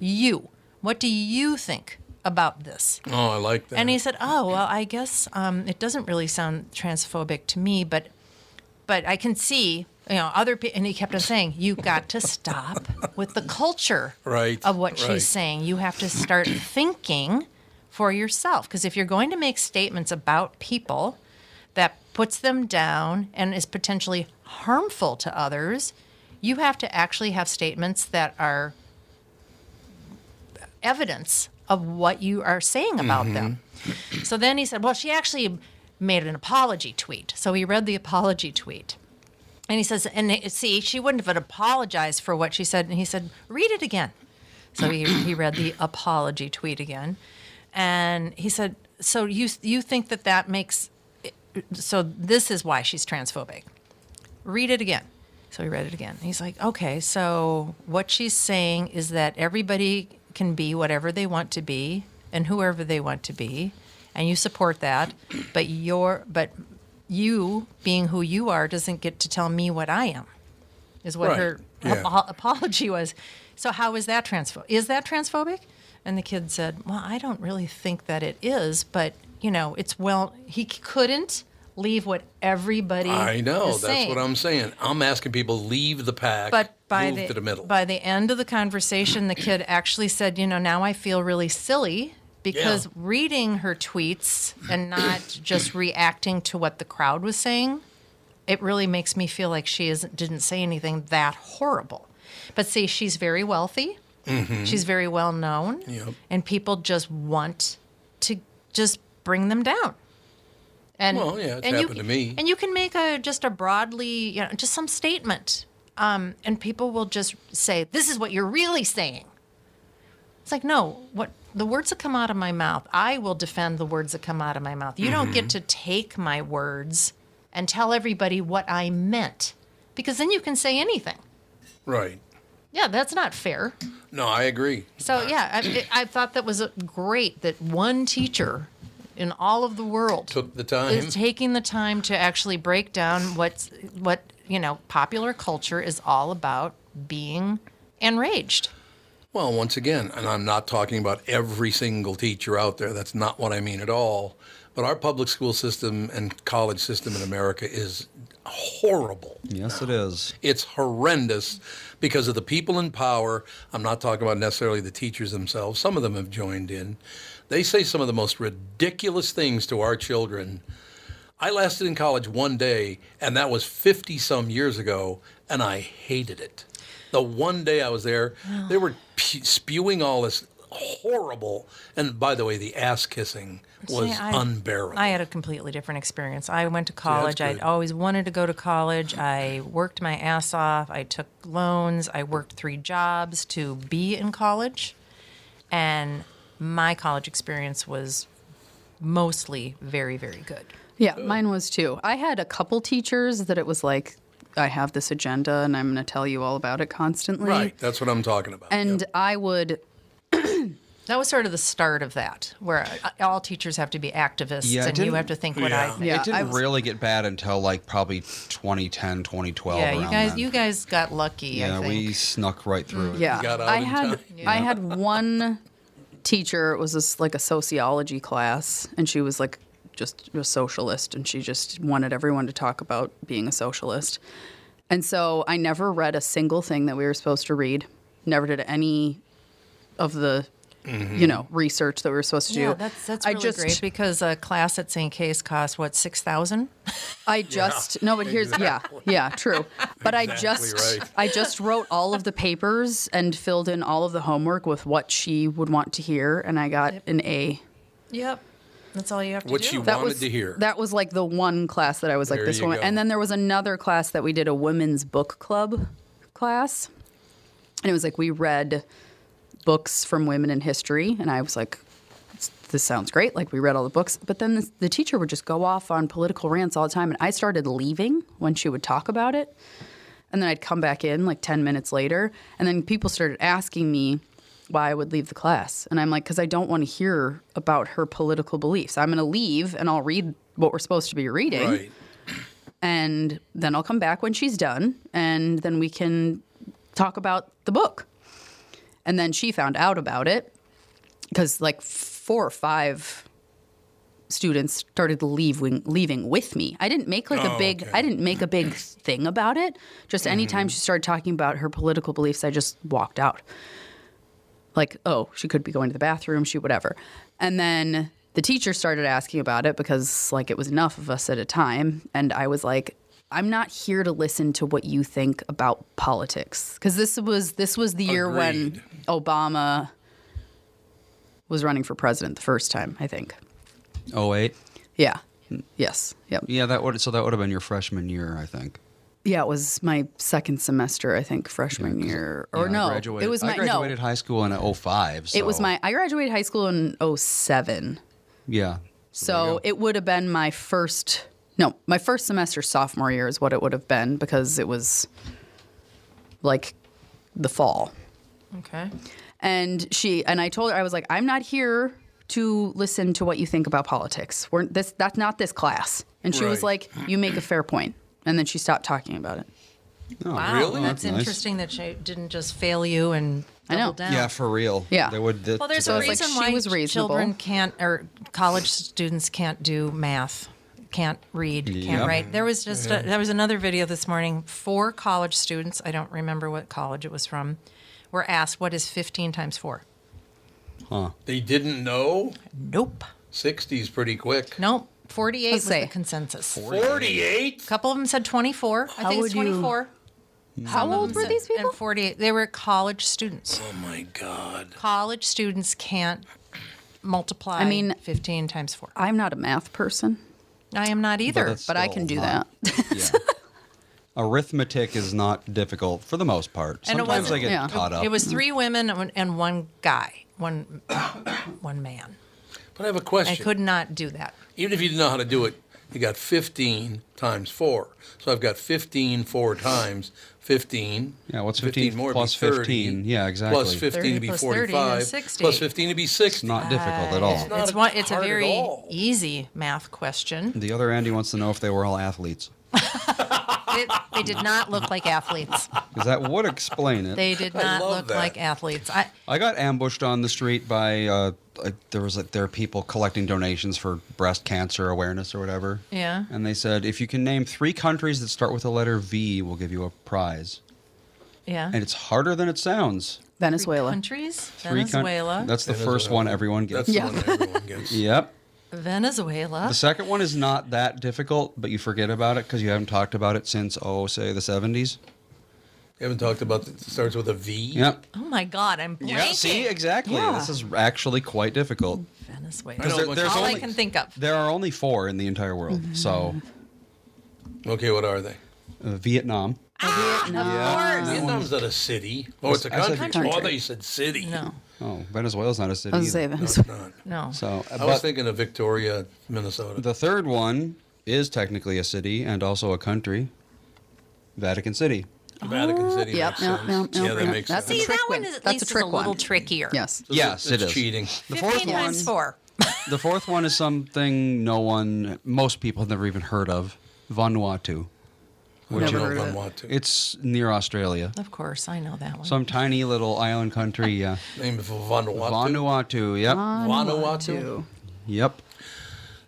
S2: You. What do you think about this?
S1: Oh, I like that.
S2: And he said, "Oh well, I guess um, it doesn't really sound transphobic to me, but but I can see you know other people." And he kept on saying, "You got to stop with the culture
S1: Right,
S2: of what
S1: right.
S2: she's saying. You have to start thinking for yourself because if you're going to make statements about people that puts them down and is potentially harmful to others, you have to actually have statements that are evidence of what you are saying about
S1: Mm-hmm.
S2: them." So then he said, Well, she actually made an apology tweet. So he read the apology tweet. And he says, And it- see, she wouldn't have apologized for what she said. And he said, Read it again. So he, he read the apology tweet again. And he said, So you, you think that that makes, so this is why she's transphobic. Read it again. So he read it again. He's like, okay, so what she's saying is that everybody can be whatever they want to be and whoever they want to be, and you support that, but your but you being who you are doesn't get to tell me what I am. Is what
S8: Right.
S2: her
S8: Yeah.
S2: apo- apology was. So how is that transphobic? Is that transphobic? And the kid said, "Well, I don't really think that it is, but you know, it's well he c- couldn't leave what everybody
S1: I know.
S2: is
S1: That's
S2: saying.
S1: what I'm saying. I'm asking people leave the pack,
S2: But by
S1: move
S2: the,
S1: to the middle.
S2: by the end of the conversation, the kid actually said, "You know, now I feel really silly because reading her tweets and not just reacting to what the crowd was saying, it really makes me feel like she isn't, didn't say anything that horrible." But see, she's very wealthy.
S8: Mhm.
S1: Mm-hmm.
S2: She's very well known,
S8: Yep.
S2: and people just want to just bring them down. And
S1: Well, yeah, it's
S2: and you-
S1: happened to me.
S2: And you can make a just a broadly, you know, just some statement, um, and people will just say, "This is what you're really saying." It's like, no, what the words that come out of my mouth, I will defend the words that come out of my mouth. You don't get
S8: Mhm.
S1: Mm-hmm.
S2: to take my words and tell everybody what I meant, because then you can say anything.
S1: right.
S2: Yeah, that's not fair.
S1: No, I agree.
S2: So yeah, I, I thought that was a- great that one teacher in all of the world
S1: Took the time.
S2: is taking the time to actually break down what's what you know popular culture is all about being enraged.
S1: Well, once again, and I'm not talking about every single teacher out there. That's not what I mean at all. But our public school system and college system in America is horrible.
S3: yes, it is.
S1: It's horrendous because of the people in power. I'm not talking about necessarily the teachers themselves. Some of them have joined in. They say some of the most ridiculous things to our children. I lasted in college one day, and that was 50 some years ago, and I hated it. The one day I was there, they were p- spewing all this horrible, and by the way, the ass kissing was
S2: See, I-
S1: unbearable.
S2: I had a completely different experience. I went to college. I'd
S1: good.
S2: always wanted to go to college. I worked my ass off. I took loans. I worked three jobs to be in college. And my college experience was mostly very, very good.
S4: Yeah, mine was too. I had a couple teachers that it was like, I have this agenda and I'm going to tell you all about it constantly.
S1: right, that's what I'm talking about.
S4: And I would
S2: That was sort of the start of that, where I- all teachers have to be activists
S3: it
S2: and you
S3: didn't-
S2: have to think what I think.
S3: it didn't
S2: I was-
S3: really get bad until like probably 2010, 2012.
S2: yeah, you
S3: around
S2: guys,
S3: then.
S2: you guys got lucky. I
S3: yeah,
S2: think. Mm,
S3: we snuck right through it.
S4: Yeah, I had I had one teacher. It was this like a sociology class, and she was like just a socialist, and she just wanted everyone to talk about being a socialist. And so I never read a single thing that we were supposed to read. Never did any of the you
S2: Mhm.
S4: know research that we were supposed to do.
S2: Yeah, that's that's really
S4: I just
S2: great because a class at St. K's costs what six thousand.
S4: I just no, but here's yeah, yeah, true. But I
S2: Exactly
S4: just
S2: right.
S4: I just wrote all of the papers and filled in all of the homework with what she would want to hear, and I got an A.
S2: Yep, that's all you have to
S1: What
S2: do.
S1: she
S4: That
S1: wanted
S4: was
S1: to hear.
S4: that was like the one class that I was like
S1: There
S4: this
S1: you
S4: woman,
S1: go.
S4: and then there was another class that we did a women's book club class, and it was like we read books from women in history, and I was like. This sounds great. Like, we read all the books, but then the, the teacher would just go off on political rants all the time. And I started leaving when she would talk about it. And then I'd come back in like 10 minutes later. And then people started asking me why I would leave the class. And I'm like, because I don't want to hear about her political beliefs. I'm going to leave and I'll read what we're supposed to be reading.
S1: Right.
S4: And then I'll come back when she's done. And then we can talk about the book. And then she found out about it because like four or five students started leaving leaving with me. I didn't make like
S8: Oh,
S4: a big I didn't make a big thing about it. Just anytime she started talking about her political beliefs, I just walked out. Like, oh, she could be going to the bathroom, she whatever. And then the teacher started asking about it because like it was enough of us at a time and I was like I'm not here to listen to what you think about politics cuz this was this was the year when Obama was running for president the first time, I think.
S3: Oh wait.
S4: Yeah.
S3: Hmm.
S4: Yes. Yep.
S3: Yeah, that would so that would have been your freshman year, I think.
S4: Yeah, it was my second semester, I think, freshman year. Or
S3: Yeah, I
S4: no,
S3: graduated,
S4: it was
S3: I
S4: my
S3: graduated high school in 05.
S4: no. It was
S3: so-
S4: my I graduated high school in 07.
S3: Yeah.
S4: So it would have been my first no, my first semester sophomore year is what it would have been because it was like the fall.
S2: Okay.
S4: And she and I told her I was like, I'm not here to listen to what you think about politics. We're this that's not this class. And she was
S2: Right.
S4: like, You make a fair point. And then she stopped talking about it.
S2: wow, that's, interesting that she didn't just fail you and
S4: I know.
S2: double down.
S3: Yeah, for real.
S4: Yeah.
S3: They would
S2: Well, there's a reason
S4: she
S2: why
S4: was
S2: children
S4: reasonable.
S2: can't or college students can't do math, can't read,
S4: Yep.
S2: can't write. There was just
S4: Yeah.
S2: a, there was another video this morning. Four college students, I don't remember what college it was from, were asked what is 15 times four.
S1: They didn't know?
S2: Nope.
S1: 60's pretty quick.
S2: Nope. 48
S1: Let's
S2: was
S1: say.
S2: the consensus.
S1: 48?
S2: A couple of them said 24. I
S1: How
S2: think it's
S1: would you-
S2: 24.
S1: How old were
S2: these people? And 48. They were college students.
S1: Oh my God.
S2: College students can't multiply
S4: I mean-
S2: 15 times 4.
S4: I'm not a math person.
S2: I am not either,
S3: that's
S2: but I can
S3: still
S2: do
S3: a lot. Arithmetic is not difficult for the most part.
S2: And it
S3: Sometimes I
S2: wasn't-
S3: get
S2: yeah.
S3: caught up.
S2: It was three women and one- and one guy, one one man.
S1: But I have a question.
S2: I could not do that.
S1: Even if you didn't know how to do it, you got 15 times 4. So I've got 15 four times. 15.
S3: Yeah, what's 15
S1: more would be
S3: plus
S1: 30,
S3: 15? Yeah,
S1: Plus
S3: exactly.
S1: 15 to
S2: 30
S1: be
S2: plus
S1: 45.
S2: 30 is 60.
S1: Plus 15 to be 60. It's
S2: Uh,
S3: not difficult at all.
S1: It's not
S2: it's one, it's a
S1: hard at
S2: very
S1: all.
S2: easy math question.
S3: The other Andy wants to know if they were all athletes.
S2: It, they did not look like athletes.
S3: Because that would explain it.
S2: They did
S3: I
S2: not
S3: love
S2: look
S3: that.
S2: like athletes. I,
S3: I got ambushed on the street by uh, like, there was like, there are people collecting donations for breast cancer awareness or whatever.
S2: yeah.
S3: And they said if you can name three countries that start with the letter V, we'll give you a prize.
S2: Yeah.
S3: And it's harder than it sounds.
S4: Venezuela.
S2: Countries?
S3: Three coun-
S2: Venezuela.
S3: that's the first one everyone gets.
S2: That's the Yeah. one
S1: everyone gets.
S3: yep.
S2: Venezuela.
S3: The second one is not that difficult, but you forget about it because you haven't talked about it since oh, say the seventies.
S1: You haven't talked about it starts with a V.
S3: Yep.
S2: Oh my God, I'm blanking.
S3: Yeah. See, exactly.
S2: Yeah.
S3: This is actually quite difficult.
S2: Venezuela.
S3: 'Cause there- there's
S2: all I
S3: only-
S2: can think of.
S3: There are only four in the entire world.
S2: Mm-hmm.
S3: So.
S1: Okay, what are they?
S3: Uh, Vietnam.
S1: Yeah. Vietnam's not a city. Oh, it's a
S3: I
S1: country.
S3: said country.
S1: Oh, I thought you said city.
S2: No.
S3: Oh, Venezuela's not a city.
S4: I was
S3: either.
S4: gonna say
S2: No.
S3: So,
S1: I
S3: but-
S1: was thinking of Victoria, Minnesota.
S3: The third one is technically a city and also a country. Vatican City.
S1: Vatican City
S4: Yep,
S1: makes
S4: yep,
S1: sense.
S4: yep,
S1: yeah,
S4: yep,
S1: that
S4: yep.
S1: makes
S4: That's a
S1: sense.
S2: See,
S4: trick
S2: that one
S4: one.
S2: is at
S4: That's
S2: least
S4: a
S2: is
S4: trick
S2: a little
S4: one.
S2: trickier.
S4: Yes.
S3: Yes, it
S1: it's
S3: is.
S1: cheating.
S3: The
S2: 15
S3: fourth one.
S2: times four.
S3: The fourth one is something no one, most people have never even heard of. Vanuatu. which
S2: Never
S3: is-
S2: heard of it.
S1: want to.
S3: It's near Australia.
S2: Of course, I know that one.
S3: Some tiny little island country, yeah.
S1: Named for Vanuatu.
S3: Vanuatu, yep.
S1: Ah. Vanuatu.
S3: Yep.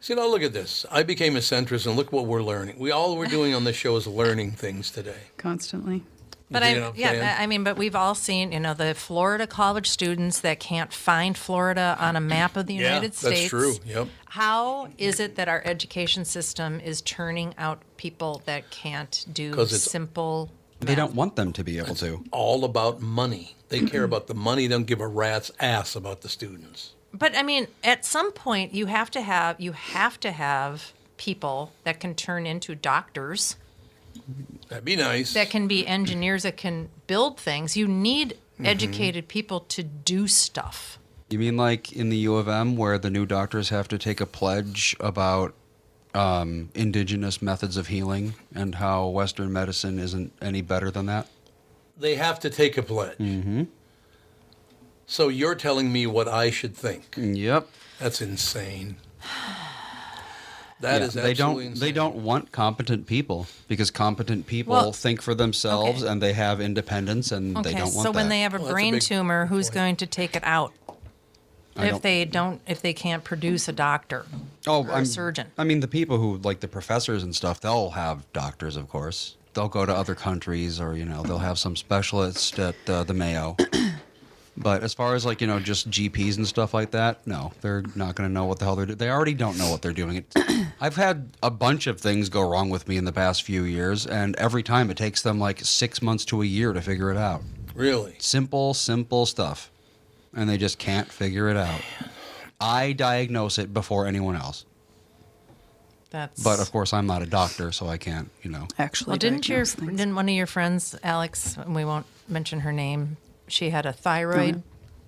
S1: See, now look at this. I became a centrist, and look what we're learning. We all we're doing on this show is learning things today.
S4: Constantly.
S2: But
S1: You
S2: I,
S1: know what I'm
S2: yeah,
S1: saying?
S2: I I mean, but we've all seen, you know, the Florida college students that can't find Florida on a map of the
S1: yeah,
S2: United States.
S1: that's true. Yep.
S2: How is it that our education system is turning out people that can't do
S1: 'Cause it's-
S2: simple?
S3: They don't want them to be able to.
S1: All about money. They care about the money. Don't give a rat's ass about the students.
S2: But I mean, at some point, you have to have you have to have people that can turn into doctors,
S1: That'd be nice.
S2: that can be engineers, that can build things. You need
S3: Mm-hmm.
S2: educated people to do stuff.
S3: You mean like in the U of M where the new doctors have to take a pledge about um, indigenous methods of healing and how Western medicine isn't any better than that?
S1: They have to take a pledge. So you're telling me what I should think.
S3: Yep.
S1: That's insane. That
S3: Yeah,
S1: is
S3: they don't
S1: absolutely
S3: they don't want competent people because competent people
S2: Well-
S3: think for themselves and they have independence and
S2: Okay,
S3: they don't want
S2: so when
S3: that.
S2: they have a
S1: Well, that's a
S2: brain
S1: big
S2: tumor, who's going to take it out?
S3: I
S2: if
S3: don't-
S2: they don't, if they can't produce a doctor,
S3: oh,
S2: or a
S3: I'm-
S2: surgeon.
S3: I mean the people who like the professors and stuff, they'll have doctors, of course. They'll go to other countries or you know they'll have some specialist at uh, the Mayo. But as far as like you know, just GPs and stuff like that, no, they're not going to know what the hell they're doing. They already don't know what they're doing. It- I've had a bunch of things go wrong with me in the past few years, and every time it takes them like six months to a year to figure it out.
S1: really.
S3: simple, simple stuff, and they just can't figure it out. I diagnose it before anyone else,
S2: That's
S3: but of course I'm not a doctor, so I can't. You know,
S4: Actually,
S2: well, didn't your
S4: diagnose things.
S2: didn't one of your friends, Alex? and We won't mention her name. She had a thyroid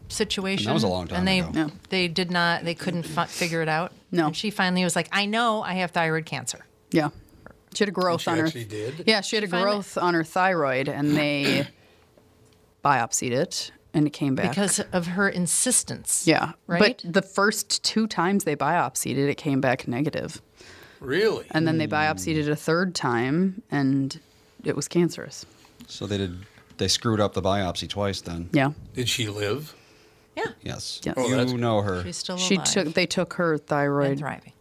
S2: situation.
S3: And Mm-hmm. that was a long time
S2: And they
S3: ago.
S4: Yeah.
S2: they did not they couldn't fi- figure it out.
S4: No.
S2: and she finally was like, "I know I have thyroid cancer."
S4: Yeah. She had a growth
S1: She
S4: on her.
S1: actually did.
S4: Yeah, she had a growth on her thyroid, and they biopsied it, and it came back.
S2: Because of her insistence.
S4: yeah,
S2: Right?
S4: But the first two times they biopsied it, it came back negative,
S1: Really.
S4: and then they biopsied it a third time, and it was cancerous.
S3: so they did. They screwed up the biopsy twice. Then
S4: Yeah,
S1: Did she live?
S2: Yeah.
S3: yes,
S4: Yes. Oh,
S3: you
S1: that's-
S3: know her.
S2: She's still
S4: she
S2: alive
S4: took. They took her
S2: and
S4: thyroid
S2: thriving.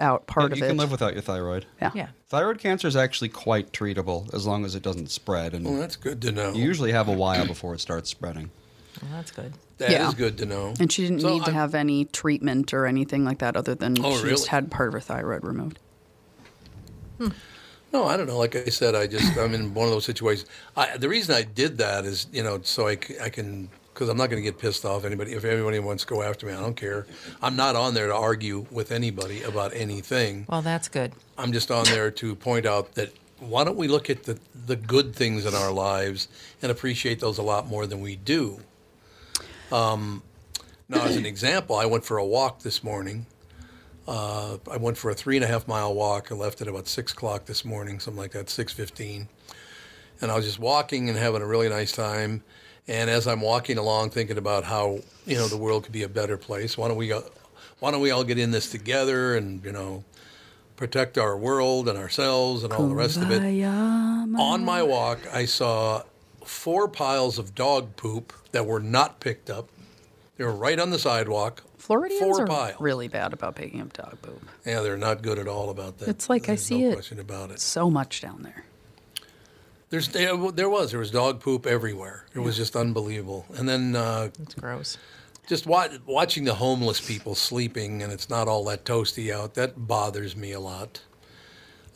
S4: out part
S3: you
S4: of it.
S3: can live without your thyroid.
S4: yeah.
S2: Yeah.
S3: Thyroid cancer is actually quite treatable as long as it doesn't spread, and
S1: Well, that's good to know.
S3: you usually have a while before it starts spreading.
S2: Well, that's good.
S1: That is
S4: Yeah.
S1: good to know.
S4: And she didn't
S1: So
S4: need to
S1: I'm-
S4: have any treatment or anything like that, other than
S1: Oh,
S4: she
S1: really?
S4: just had part of her thyroid removed.
S1: No, I don't know. Like I said, I just I'm in one of those situations. I, the reason I did that is you know so I, c- I can because I'm not going to get pissed off anybody if anybody wants to go after me. I don't care. I'm not on there to argue with anybody about anything.
S2: Well, that's good.
S1: I'm just on there to point out that why don't we look at the the good things in our lives and appreciate those a lot more than we do. Um, now, as an example, I went for a walk this morning. Uh, I went for a three and a half mile walk. I left at about six o'clock this morning, something like that, six fifteen. And I was just walking and having a really nice time. And as I'm walking along, thinking about how you know the world could be a better place. Why don't we go, Why don't we all get in this together and you know protect our world and ourselves and all the rest of it? On my walk, I saw four piles of dog poop that were not picked up. They were right on the sidewalk.
S4: Floridians
S1: four
S4: are
S1: piles.
S4: really bad about picking up dog poop.
S1: Yeah, they're not good at all about that.
S4: It's like I
S1: There's
S4: see
S1: no
S4: it.
S1: question about it.
S4: So much down there.
S1: There's there w- there was there was dog poop everywhere. It was just unbelievable. And then uh,
S2: It's gross.
S1: just wa- watching the homeless people sleeping and it's not all that toasty out that bothers me a lot.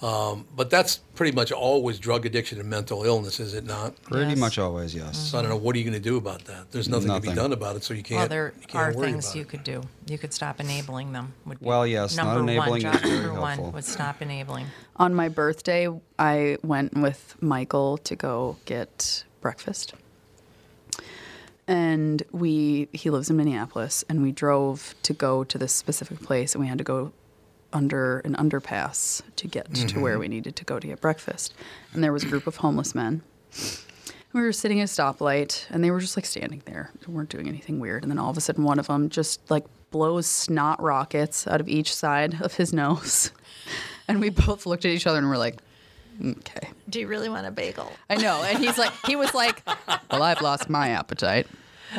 S1: Um, but that's pretty much always drug addiction and mental illness, is it not?
S3: Pretty much always, yes.
S1: So I don't know what are you going to do about that. There's nothing, to be
S3: Nothing.
S1: done about it, so you can't.
S2: Well, there
S1: you can't
S2: are
S1: worry
S2: things
S1: about
S2: you
S1: it.
S2: could do. You could stop enabling them. Would be
S3: Well, yes, not
S2: number
S3: enabling
S2: one,
S3: is
S2: job
S3: very
S2: number
S3: helpful.
S2: one would stop enabling.
S4: On my birthday, I went with Michael to go get breakfast. And we he lives in Minneapolis and we drove to go to this specific place and we had to go under an underpass to get to where we needed to go to get breakfast. And there was a group of homeless men. We were sitting at a stoplight and they were just like standing there. They weren't doing anything weird. And then all of a sudden, one of them just like blows snot rockets out of each side of his nose. And we both looked at each other and were like, Okay.
S2: Do you really want a bagel?
S4: I know. And he's like, he was like, well, I've lost my appetite.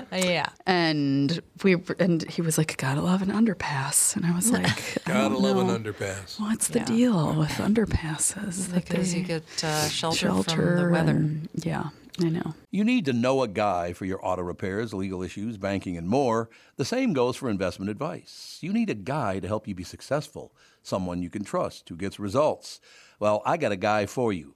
S2: yeah.
S4: And we were- and he was like, gotta love an underpass. And I was like, I
S1: Gotta
S4: don't
S1: love an
S4: know.
S1: underpass.
S4: What's the deal with underpasses? That
S2: Because
S4: they
S2: you get uh, shelter,
S4: shelter
S2: from the weather.
S4: and- yeah, I know.
S8: You need to know a guy for your auto repairs, legal issues, banking, and more. The same goes for investment advice. You need a guy to help you be successful, someone you can trust who gets results. Well, I got a guy for you,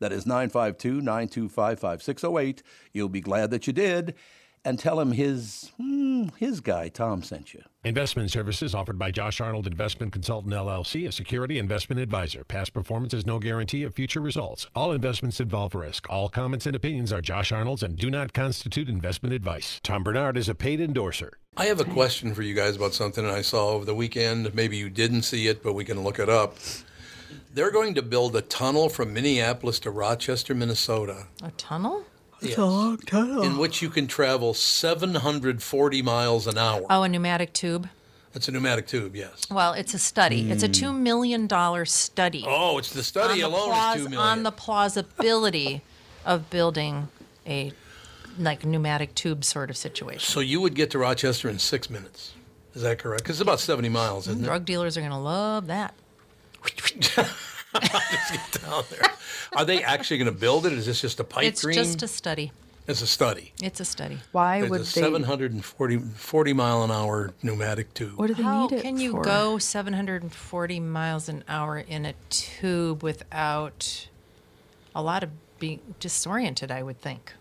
S8: That is 952 925 5608. You'll be glad that you did, and tell him his, hmm, his guy, Tom, sent you.
S9: Investment services offered by Josh Arnold Investment Consultant LLC, a security investment advisor. Past performance is no guarantee of future results. All investments involve risk. All comments and opinions are Josh Arnold's and do not constitute investment advice. Tom Bernard is a paid endorser.
S1: I have a question for you guys about something that I saw over the weekend. Maybe you didn't see it, but we can look it up. They're going to build a tunnel from Minneapolis to Rochester, Minnesota,
S2: A tunnel?
S1: It's a long tunnel. in which you can travel 740 miles an hour.
S2: Oh, a pneumatic tube.
S1: That's a pneumatic tube, yes.
S2: Well, it's a study. It's a
S3: Hmm.
S2: two million dollar study.
S1: Oh, it's the study
S2: on the
S1: alone
S2: plaus-
S1: is two million.
S2: on the plausibility of building a like pneumatic tube sort of situation.
S1: so you would get to Rochester in six minutes. Is that correct? 'Cause it's about 70 miles, isn't it?
S2: Drug dealers are going to love that.
S1: Down there. Are they actually going to build it? Or is this just a pipe
S2: it's
S1: dream?
S2: just a study.
S1: it's a study.
S2: It's a study.
S4: Why
S1: It's
S4: would
S1: a
S4: they?
S1: 740 40 mile an hour pneumatic tube.
S4: What do they
S2: How
S4: need it
S2: can you
S4: for?
S2: go 740 miles an hour in a tube without a lot of being disoriented? I would think.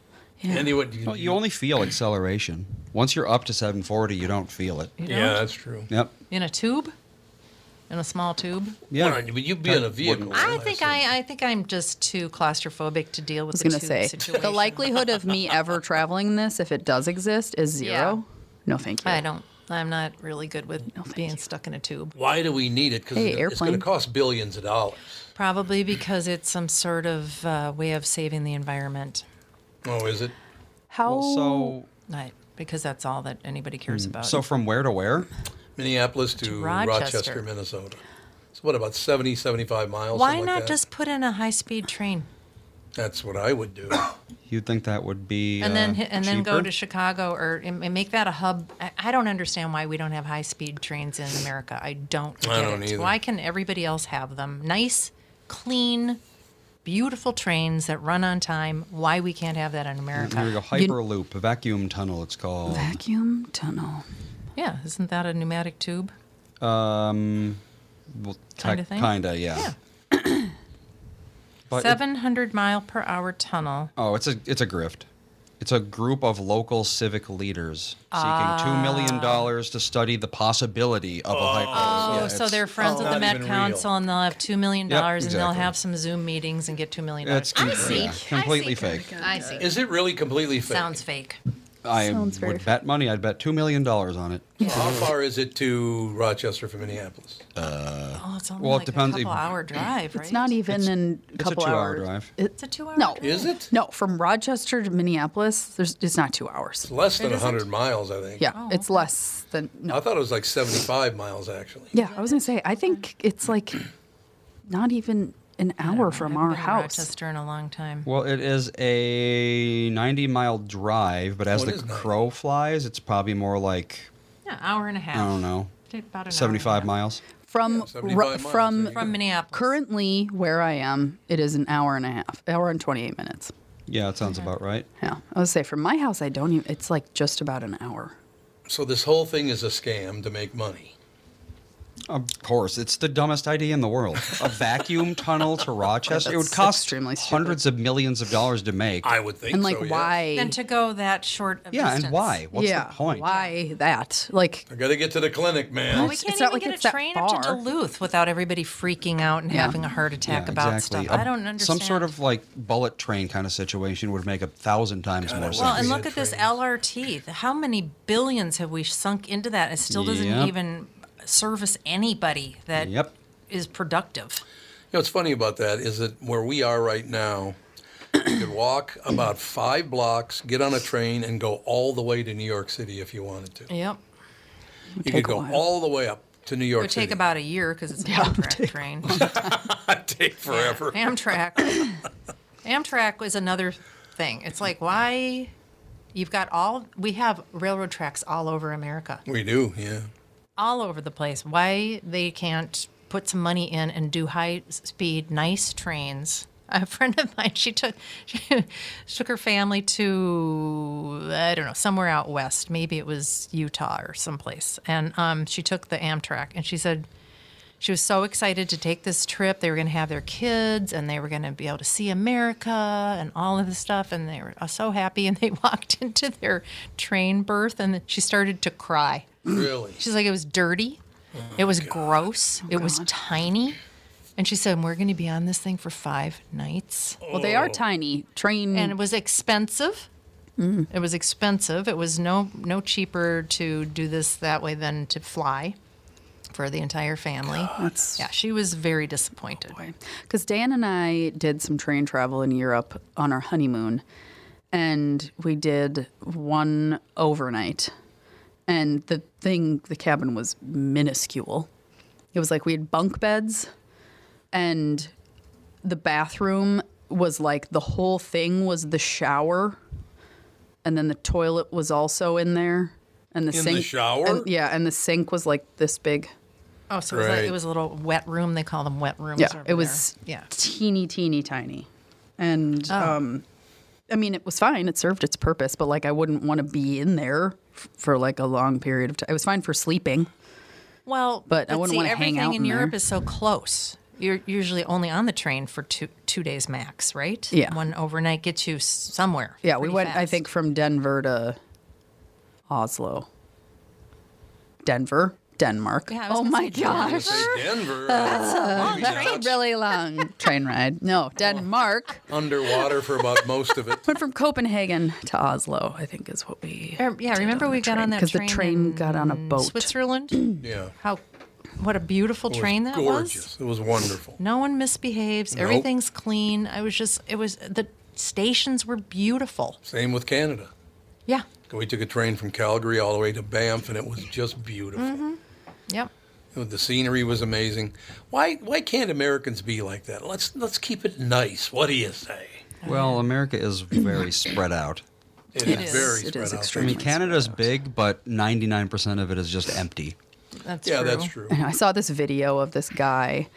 S1: Andy, what do you,
S3: Well, you only feel acceleration. Once you're up to 740, you don't feel it.
S2: You know?
S1: Yeah, that's true.
S3: Yep.
S2: In a tube. In a small tube.
S1: Yeah.
S3: Yeah.
S1: but you'd be in a vehicle.
S2: I think I, I think I'm just too claustrophobic to deal with.
S4: I was gonna
S2: the tube
S4: say
S2: situation.
S4: the likelihood of me ever traveling this, if it does exist, is zero.
S2: Yeah.
S4: No, thank you.
S2: I don't. I'm not really good with
S4: thank
S2: being
S4: you.
S2: stuck in a tube.
S1: Why do we need it? Because
S4: Hey,
S1: it's going to
S4: airplane.
S1: cost billions of dollars.
S2: Probably because it's some sort of uh, way of saving the environment.
S1: Oh, is it?
S4: How?
S3: Well, so,
S2: Right. Because that's all that anybody cares about.
S3: Hmm. so from where to where?
S1: Minneapolis to, Rochester.
S2: Rochester.
S1: Minnesota. So what about 70, 75 miles?
S2: Why
S1: something like
S2: not
S1: that?
S2: just put in a high-speed train
S1: That's what I would do.
S3: You'd think that would be.
S2: and then
S3: uh,
S2: hi- and then go
S3: cheaper?
S2: to Chicago or and and make that a hub? I, I don't understand why we don't have high-speed trains in America. I don't. Get
S1: I don't
S2: it.
S1: either.
S2: Why can everybody else have them? Nice, clean, beautiful trains that run on time. Why we can't have that in
S3: There we
S2: America?
S3: go. Hyperloop, a vacuum tunnel, it's called.
S4: Vacuum tunnel.
S2: Yeah, isn't that a pneumatic tube?
S3: Um, well,
S2: Kinda thing?
S3: Kinda, yeah. But it-
S2: 700 mile per hour tunnel.
S3: oh, it's a it's a grift. It's a group of local civic leaders seeking two
S2: Ah.
S3: million dollars to study the possibility of a hyperloop.
S2: Oh,
S3: Yeah,
S2: so
S3: it's-
S2: they're friends with
S1: not
S2: the Met
S1: even real.
S2: Council, and they'll have two million
S3: Yep,
S2: dollars, and
S3: exactly.
S2: they'll have some Zoom meetings and get two million
S3: It's
S2: dollars.
S3: com- yeah, completely fake.
S2: I see.
S1: Is it really completely fake?
S2: Sounds fake.
S3: I
S4: Sounds very
S3: would bet money. I'd bet two million dollars on it.
S1: How far is it to Rochester from Minneapolis?
S2: Oh, it's only
S3: Well, it
S2: like
S3: depends
S2: a
S3: if-
S2: couple hour drive, right?
S4: It's not even in a
S3: it's a
S4: couple
S3: two-hour
S4: hours.
S3: drive.
S2: It's a two hour.
S4: No.
S1: Is it?
S4: No, from Rochester to Minneapolis, there's it's not two hours.
S1: Less than 100 miles, I think.
S4: Yeah, it's less than. No.
S1: I thought it was like 75 miles, actually.
S4: Yeah, I was gonna say. I think it's like not even an hour from our
S2: Been in
S4: house.
S2: Rochester in a long time.
S3: Well, it is a 90 mile drive, but as
S1: Oh, it is
S3: the
S1: nice.
S3: crow flies, it's probably more like,
S2: Yeah, hour and a half.
S3: I don't know,
S2: About an hour and a
S3: 75
S2: half.
S3: miles.
S4: From
S1: 75
S4: Ro-
S1: miles,
S4: from
S1: there you
S2: From Minneapolis.
S4: currently where I am, it is an hour and a half, hour and twenty eight minutes.
S3: Yeah, that sounds about right.
S4: Yeah, I would say from my house, I don't even. It's like just about an hour.
S1: So this whole thing is a scam to make money.
S3: Of course, it's the dumbest idea in the world. A vacuum tunnel to Rochester. It would
S4: That's
S3: cost
S4: extremely stupid.
S3: hundreds of millions of dollars to make.
S1: I would
S4: and like why?
S2: And to go that short of
S3: Yeah,
S2: distance.
S3: and why? What's
S4: yeah,
S3: the point?
S4: Why that? Like
S1: I got to get to the clinic, man.
S2: We can't
S4: not
S2: even
S4: like
S2: get
S4: it's
S2: a
S4: that
S2: train up to
S4: far.
S2: Duluth without everybody freaking out and
S4: Yeah.
S2: having a heart attack
S3: Yeah,
S2: about
S3: exactly.
S2: stuff. I
S3: A-
S2: I don't understand.
S3: Some sort of like bullet train kind of situation would make a thousand times more sense.
S2: well, and look at this LRT. How many billions have we sunk into that? It still doesn't
S3: Yep.
S2: even service anybody that is
S3: Yep.
S2: productive.
S1: You know, what's funny about that is that where we are right now, you could walk about five blocks, get on a train, and go all the way to New York City if you wanted to.
S2: Yep.
S1: You could go all the way up to New
S2: It
S1: York
S2: would take
S1: City.
S2: about a year because it's an Amtrak train.
S1: take forever.
S2: Amtrak. Amtrak was another thing. It's like why you've got all we have railroad tracks all over America.
S1: We do, yeah.
S2: all over the place why they can't put some money in and do high speed nice trains a friend of mine she took she took her family to i don't know somewhere out west maybe it was utah or someplace and um, she took the amtrak and she said she was so excited to take this trip they were going to have their kids and they were going to be able to see america and all of this stuff and they were uh, so happy and they walked into their train berth and she started to cry
S1: Really?
S2: She's like, it was dirty. it was gross. it was tiny. And she said, we're going to be on this thing for five nights.
S4: well,
S1: Oh.
S4: they are tiny train.
S2: And it was expensive.
S4: Mm.
S2: It was expensive. It was no no cheaper to do this that way than to fly for the entire family.
S4: that's
S2: Yeah, she was very disappointed.
S4: Because Dan and I did some train travel in Europe on our honeymoon, and we did one overnight. And the thing, the cabin was minuscule. It was like we had bunk beds, and the bathroom was like the whole thing was the shower, and then the toilet was also in there, and the
S1: In the
S4: sink.
S1: shower?
S4: and- yeah, and the sink was like this big.
S2: Oh, so it was, like,
S1: Right.
S2: it was a little wet room. They call them wet rooms.
S4: Yeah,
S2: over
S4: it was
S2: there. Yeah. Oh.
S4: teeny, teeny, tiny. And um, I mean, it was fine. It served its purpose, but like I wouldn't want to be in there f- for like a long period of time. It was fine for sleeping.
S2: Well,
S4: But I wouldn't
S2: see,
S4: wanna hang
S2: everything
S4: out
S2: in
S4: in
S2: Europe
S4: there.
S2: is so close. You're usually only on the train for two two days max, right?
S4: Yeah.
S2: One overnight gets you s- somewhere.
S4: Yeah, we
S2: pretty
S4: went, I
S2: fast.
S4: think, from Denver to Oslo. Denver, Denmark.
S2: Yeah, I was
S4: oh
S2: gonna
S4: my
S2: say Denver.
S4: gosh.
S1: Say Denver. That's
S2: Long train.
S4: Really long train ride. No, Denmark.
S1: underwater for about most of it.
S4: Went from Copenhagen to Oslo, I think is what we.
S2: Er, Yeah, remember we got on that
S4: Because the train got on a
S2: in
S4: boat.
S2: Switzerland.
S1: Yeah.
S2: How, what a beautiful
S1: It was
S2: train that
S1: gorgeous.
S2: was.
S1: It was wonderful.
S2: No one misbehaves.
S1: Nope.
S2: Everything's clean. I was just, it was the stations were beautiful.
S1: Same with Canada.
S2: Yeah.
S1: We took a train from Calgary all the way to Banff, and it was just beautiful.
S2: Yep.
S1: The scenery was amazing. Why why can't Americans be like that? Let's let's keep it nice. What do you say?
S3: Well, America is very spread out.
S1: it is,
S2: is.
S1: very
S4: It
S1: spread
S4: is
S1: out.
S3: I
S4: extremely
S3: mean, Canada's big, but 99% of it is just empty.
S2: That's
S1: Yeah,
S2: true.
S1: that's true.
S4: And I saw this video of this guy,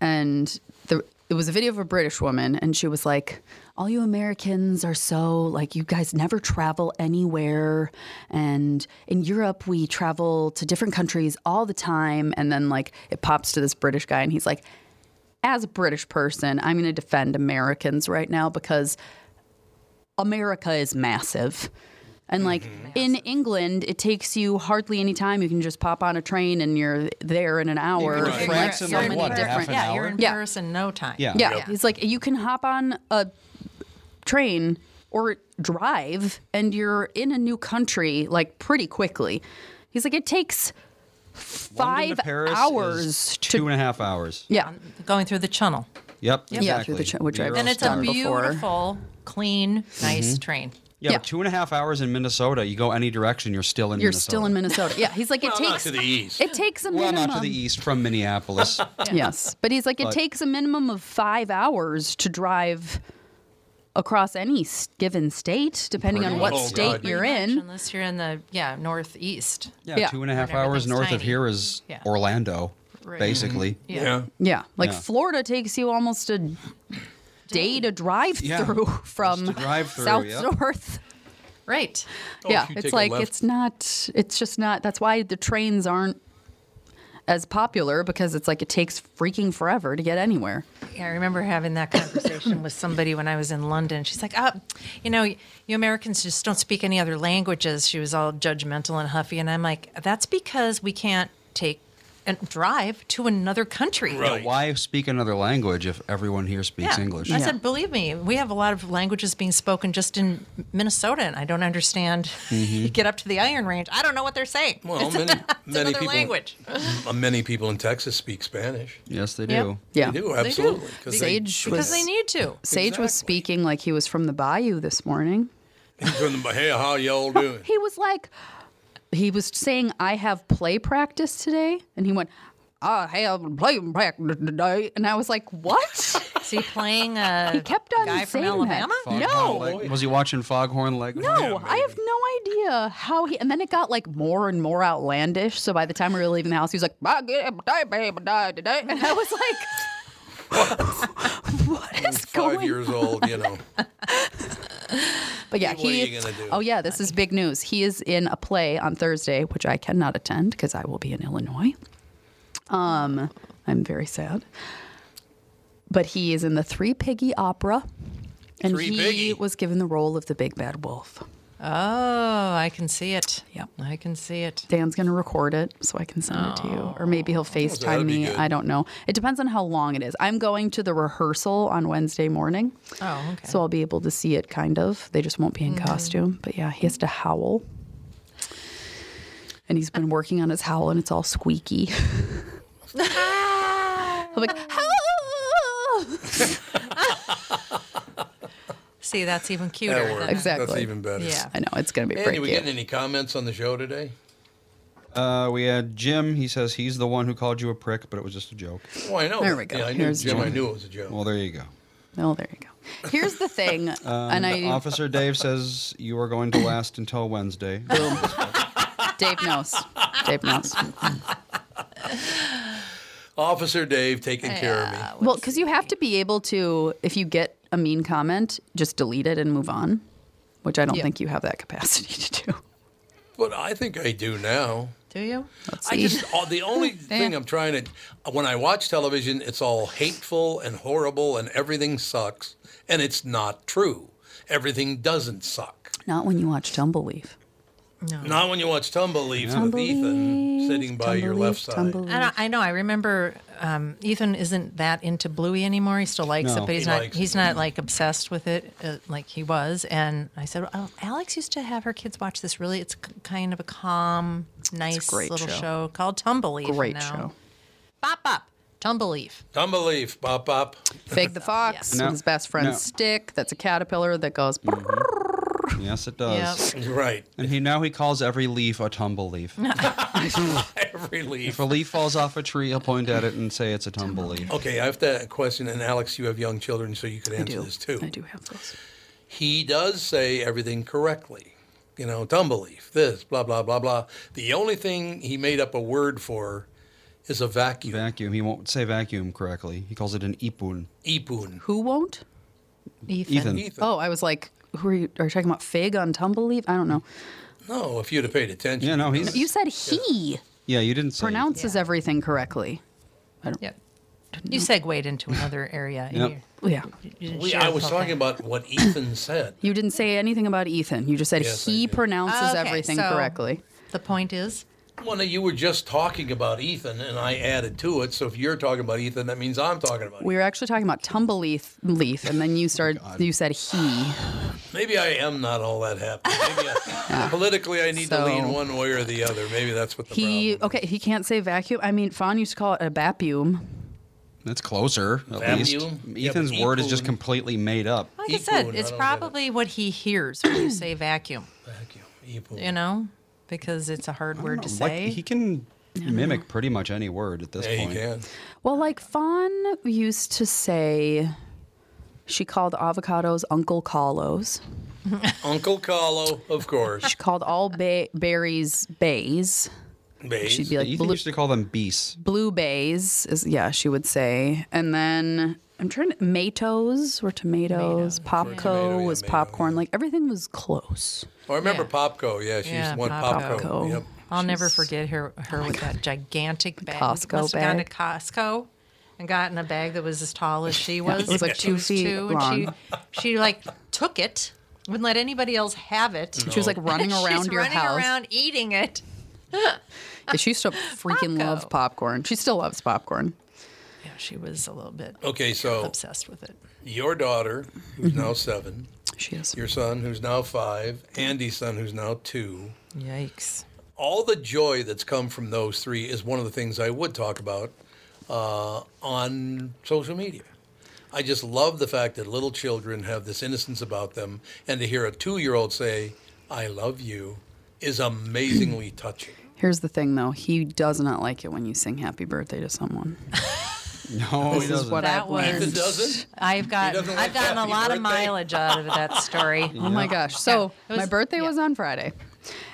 S4: and the, it was a video of a British woman, and she was like, "All you Americans are so like you guys never travel anywhere, and in Europe we travel to different countries all the time." And then like it pops to this British guy, and he's like, "As a British person, I'm going to defend Americans right now because America is massive." And like
S3: Mm-hmm.
S4: in England, it takes you hardly any time. You can just pop on a train and you're there in an hour.
S3: Even
S4: Like,
S3: France in,
S4: so
S3: like,
S4: many
S3: what, half
S4: different-
S3: an
S2: yeah, you're in
S4: Yeah.
S2: Paris in no time.
S3: Yeah.
S4: yeah. He's like, you can hop on a train or drive and you're in a new country like pretty quickly. He's like, it takes
S3: London
S4: five
S3: to Paris is
S4: hours
S3: Two
S4: to.
S3: and a half hours.
S4: Yeah.
S2: Going through the tunnel.
S3: Yep.
S4: Yeah, through
S3: Exactly.
S4: the ch- which I've
S3: Eurostar.
S2: And it's a
S4: done before. Mm-hmm.
S2: beautiful, clean, nice train.
S3: Yeah,
S4: Yeah.
S3: but two and a half hours in Minnesota. You go any direction, you're still in
S4: You're
S3: Minnesota.
S4: still in Minnesota. Yeah. He's like, it
S1: Well, not
S4: takes.
S1: to the east.
S4: It takes a
S3: Well,
S4: minimum.
S3: not to the east from Minneapolis.
S4: Yes. But he's like, it
S3: But-
S4: takes a minimum of five hours to drive across any s- given state, depending on
S1: Pretty
S4: what
S1: much. Oh,
S4: state
S1: God.
S4: you're
S2: Pretty much,
S4: in.
S2: unless you're in the yeah northeast.
S3: Yeah,
S4: Yeah.
S3: two and a half
S2: When
S3: hours
S2: everything's
S3: north of
S2: tiny.
S3: here is
S2: Yeah.
S3: Orlando,
S2: Right.
S3: basically.
S2: Yeah.
S4: Mm-hmm. Yeah. Like
S3: Yeah.
S4: Florida takes you almost a day to drive
S3: Yeah.
S4: through from
S3: Just to drive through,
S4: Um, south
S3: yeah.
S4: north.
S2: Right.
S1: Oh,
S4: yeah.
S1: if you
S4: It's
S1: take a
S4: like,
S1: left-
S4: it's not, it's just not, that's why the trains aren't as popular because it's like it takes freaking forever to get anywhere.
S2: Yeah, I remember having that conversation with somebody when I was in London. She's like, "Oh, you know, you Americans just don't speak any other languages." She was all judgmental and huffy, and I'm like, "That's because we can't take and drive to another country."
S3: Yeah, why speak another language if everyone here speaks English?
S2: I said, "Believe me, we have a lot of languages being spoken just in Minnesota, and I don't understand."
S4: Mm-hmm.
S2: You get up to the Iron Range, I don't know what they're saying.
S1: Well,
S2: it's
S1: many-
S2: it's
S1: many
S2: another
S1: people-
S2: language.
S1: Uh, Many people in Texas speak Spanish.
S3: Yes, they
S4: Yep.
S3: do.
S4: Yeah.
S1: They do, absolutely.
S2: Because
S1: they-
S4: Sage
S2: because
S4: was-
S2: they need to.
S4: Sage was speaking like he was from the bayou this morning.
S1: He's in the, hey, how y'all doing?
S4: He was like, he was saying, I have play practice today. And he went, I have play practice today. And I was like, what?
S2: Is he playing a
S4: he kept on
S2: guy from
S4: saying
S2: Alabama?
S4: That.
S3: Foghorn
S4: No.
S3: Leg- was he watching Foghorn Leghorn?
S4: No, I have no idea how he. And then it got like more and more outlandish. So by the time we were leaving the house, he was like, "I get it, but I pay, but I today," and I was like, "What is
S1: Five
S4: going?"
S1: years old, you know.
S4: But yeah,
S1: What are
S4: he.
S1: you gonna do?
S4: Oh yeah, this is big news. He is in a play on Thursday, which I cannot attend because I will be in Illinois. Um, I'm very sad. But he is in the Three Piggy Opera, and
S1: Three
S4: he
S1: Piggy?
S4: was given the role of the big bad wolf.
S2: Oh, I can see it.
S4: Yep.
S2: I can see it.
S4: Dan's gonna record it so I can send it to you, or maybe he'll
S1: that'd
S4: FaceTime
S1: be
S4: me.
S1: good.
S4: I don't know. It depends on how long it is. I'm going to the rehearsal on Wednesday morning,
S2: Oh, okay. Mm-hmm.
S4: so I'll be able to see it. Kind of. They just won't be in costume, but yeah, he has to howl, and he's been working on his howl, and it's all squeaky. I'm like howl.
S2: see, that's even cuter.
S1: That works.
S2: than-
S1: That's
S4: Exactly.
S1: even better.
S2: Yeah.
S4: I know it's gonna be
S1: Andy,
S4: pretty
S1: we
S4: cute.
S1: getting any comments on the show today?
S3: Uh, we had Jim. He says he's the one who called you a prick, but it was just a joke.
S1: Oh, I know.
S4: There
S1: that.
S4: we go.
S1: Yeah, I knew,
S4: Here's
S1: Jim, I
S4: Jim.
S1: knew it was a joke.
S3: Well, there you go.
S4: Oh, there you go. Here's the thing, and I
S3: Officer Dave says you are going to last until Wednesday.
S4: Dave knows. Dave knows.
S1: Officer Dave taking care of me.
S4: Well, because you have to be able to, if you get a mean comment, just delete it and move on, which I don't
S2: Yeah.
S4: think you have that capacity to do.
S1: But I think I do now.
S2: Do you?
S4: Let's
S1: I
S4: see.
S1: just all, the only thing I'm trying to when I watch television, it's all hateful and horrible and everything sucks, and it's not true. Everything doesn't suck.
S4: Not when you watch Tumbleleaf.
S1: Not when you watch Tumbleweeds with Ethan sitting by your left side.
S2: I, know- I know. I remember um, Ethan isn't that into Bluey anymore. He still likes it,
S3: No.
S2: but he's
S1: He
S2: not.
S1: likes
S2: He's
S1: it.
S2: not like obsessed with it uh, like he was. And I said, oh, Alex used to have her kids watch this. Really, it's k- kind of a calm, nice
S4: great
S2: little
S4: show.
S2: show. called Tumbleleaf.
S4: Great
S2: now.
S4: show.
S2: Bop bop. Tumbleleaf.
S1: Tumbleweaf, pop pop.
S4: Fig the Fox
S3: No.
S4: and his best friend
S3: No.
S4: Stick. That's a caterpillar that goes.
S1: Mm-hmm.
S3: yes, it does.
S1: Right.
S3: And he now he calls every leaf a tumble leaf.
S1: Every leaf.
S3: if a leaf falls off a tree, he'll point at it and say it's a tumble leaf.
S1: Okay, I have to question, and Alex, you have young children, so you could answer this too.
S4: I do have those.
S1: he does say everything correctly. You know, Tumbleweed, this, blah, blah, blah, blah. The only thing he made up a word for is a vacuum.
S3: Vacuum. He won't say vacuum correctly. He calls it an ipun.
S1: Ipun.
S4: Who won't?
S2: Ethan.
S3: Ethan.
S1: Ethan.
S4: Oh, I was like, who are you? Are you talking about Fig on Tumbleleaf? I don't know.
S1: No, if you'd have paid attention.
S3: Yeah, no, he's.
S4: You said he
S3: yeah, you didn't say.
S4: pronounces everything correctly.
S2: Yep. You segued into another area.
S3: Yep.
S2: You-
S4: Yeah.
S2: you didn't
S1: We,
S2: share
S1: I
S2: the
S1: was
S2: whole
S1: talking
S2: thing.
S1: about what Ethan said.
S4: You didn't say anything about Ethan. You just said
S1: Yes, I
S4: he
S1: did.
S4: pronounces
S2: Okay,
S4: everything
S2: so-
S4: correctly.
S2: The point is,
S1: Well, no, you were just talking about Ethan, and I added to it. So if you're talking about Ethan, that means I'm talking about
S4: We were actually talking about Tumbleleaf leaf, and
S1: Oh
S4: then you started. you said he.
S1: Ethan. Maybe I am not all that happy. Maybe I, politically, I need to
S4: So-
S1: lean one way or the other. Maybe that's what the
S4: He
S1: problem
S4: okay. He can't say vacuum. I mean, Fawn used to call it a bapume.
S3: That's closer. At
S1: Vacuum?
S3: least.
S1: Yeah,
S3: Ethan's
S1: but
S3: word is
S1: ipun-
S3: just completely made up.
S2: like I
S1: Equal,
S2: said,
S1: and I don't
S2: it's
S1: get it.
S2: probably what he hears when you say vacuum.
S1: is. Vacuum. Ipun.
S2: You know, because it's a hard word to
S3: Like,
S2: say.
S3: he can mimic pretty much any word at this
S1: Yeah,
S3: point.
S1: he can.
S4: Well, like Fawn used to say, she called avocados Uncle Carlos.
S1: Uncle Carlo, of course.
S4: She called all ba- berries bays.
S1: Bays.
S4: She'd be
S3: Yeah,
S4: like
S3: Ethan
S4: blue,
S3: used to call them beasts.
S4: blue bays. Is yeah, she would say. And then I'm trying to matoes were tomatoes. Popco
S1: tomato, yeah,
S4: was
S1: mayo,
S4: popcorn. Like everything was close.
S1: Oh, I remember
S2: Yeah.
S1: Popco. Yeah, she used
S2: Yeah,
S1: to want
S2: Popco.
S1: Popco.
S4: Popco.
S1: Yep.
S2: I'll never
S4: She's-
S2: forget her
S1: Oh
S2: her with that gigantic bag.
S4: Costco
S2: Must have gone to
S4: bag.
S2: Costco and gotten a bag that was as tall as she was.
S4: was like
S2: She
S4: two feet
S2: And
S4: long.
S2: she, she like took it, wouldn't let anybody else have it.
S4: She was, like, running
S2: She's
S4: around your
S2: running
S4: house.
S2: around eating it.
S4: Yeah, she used to freaking love popcorn. She still loves popcorn.
S2: Yeah, she was a little bit
S1: Okay, so
S2: obsessed with it.
S1: Your daughter, who's
S4: Mm-hmm.
S1: now seven.
S4: She is.
S1: Your son, who's now five. Andy's son, who's now two.
S2: Yikes.
S1: All the joy that's come from those three is one of the things I would talk about uh, on social media. I just love the fact that little children have this innocence about them, and to hear a two year old say, I love you, is amazingly touching.
S4: Here's the thing, though. He does not like it when you sing happy birthday to someone.
S3: No,
S4: This
S1: Oh,
S3: he
S4: is
S3: doesn't.
S4: what I've
S2: That was.
S4: learned.
S2: I've got.
S1: doesn't like
S2: I've gotten a
S1: happy
S2: lot of
S1: birthday.
S2: mileage out of that story.
S4: Oh my gosh. So
S2: It was-
S4: my birthday was on Friday.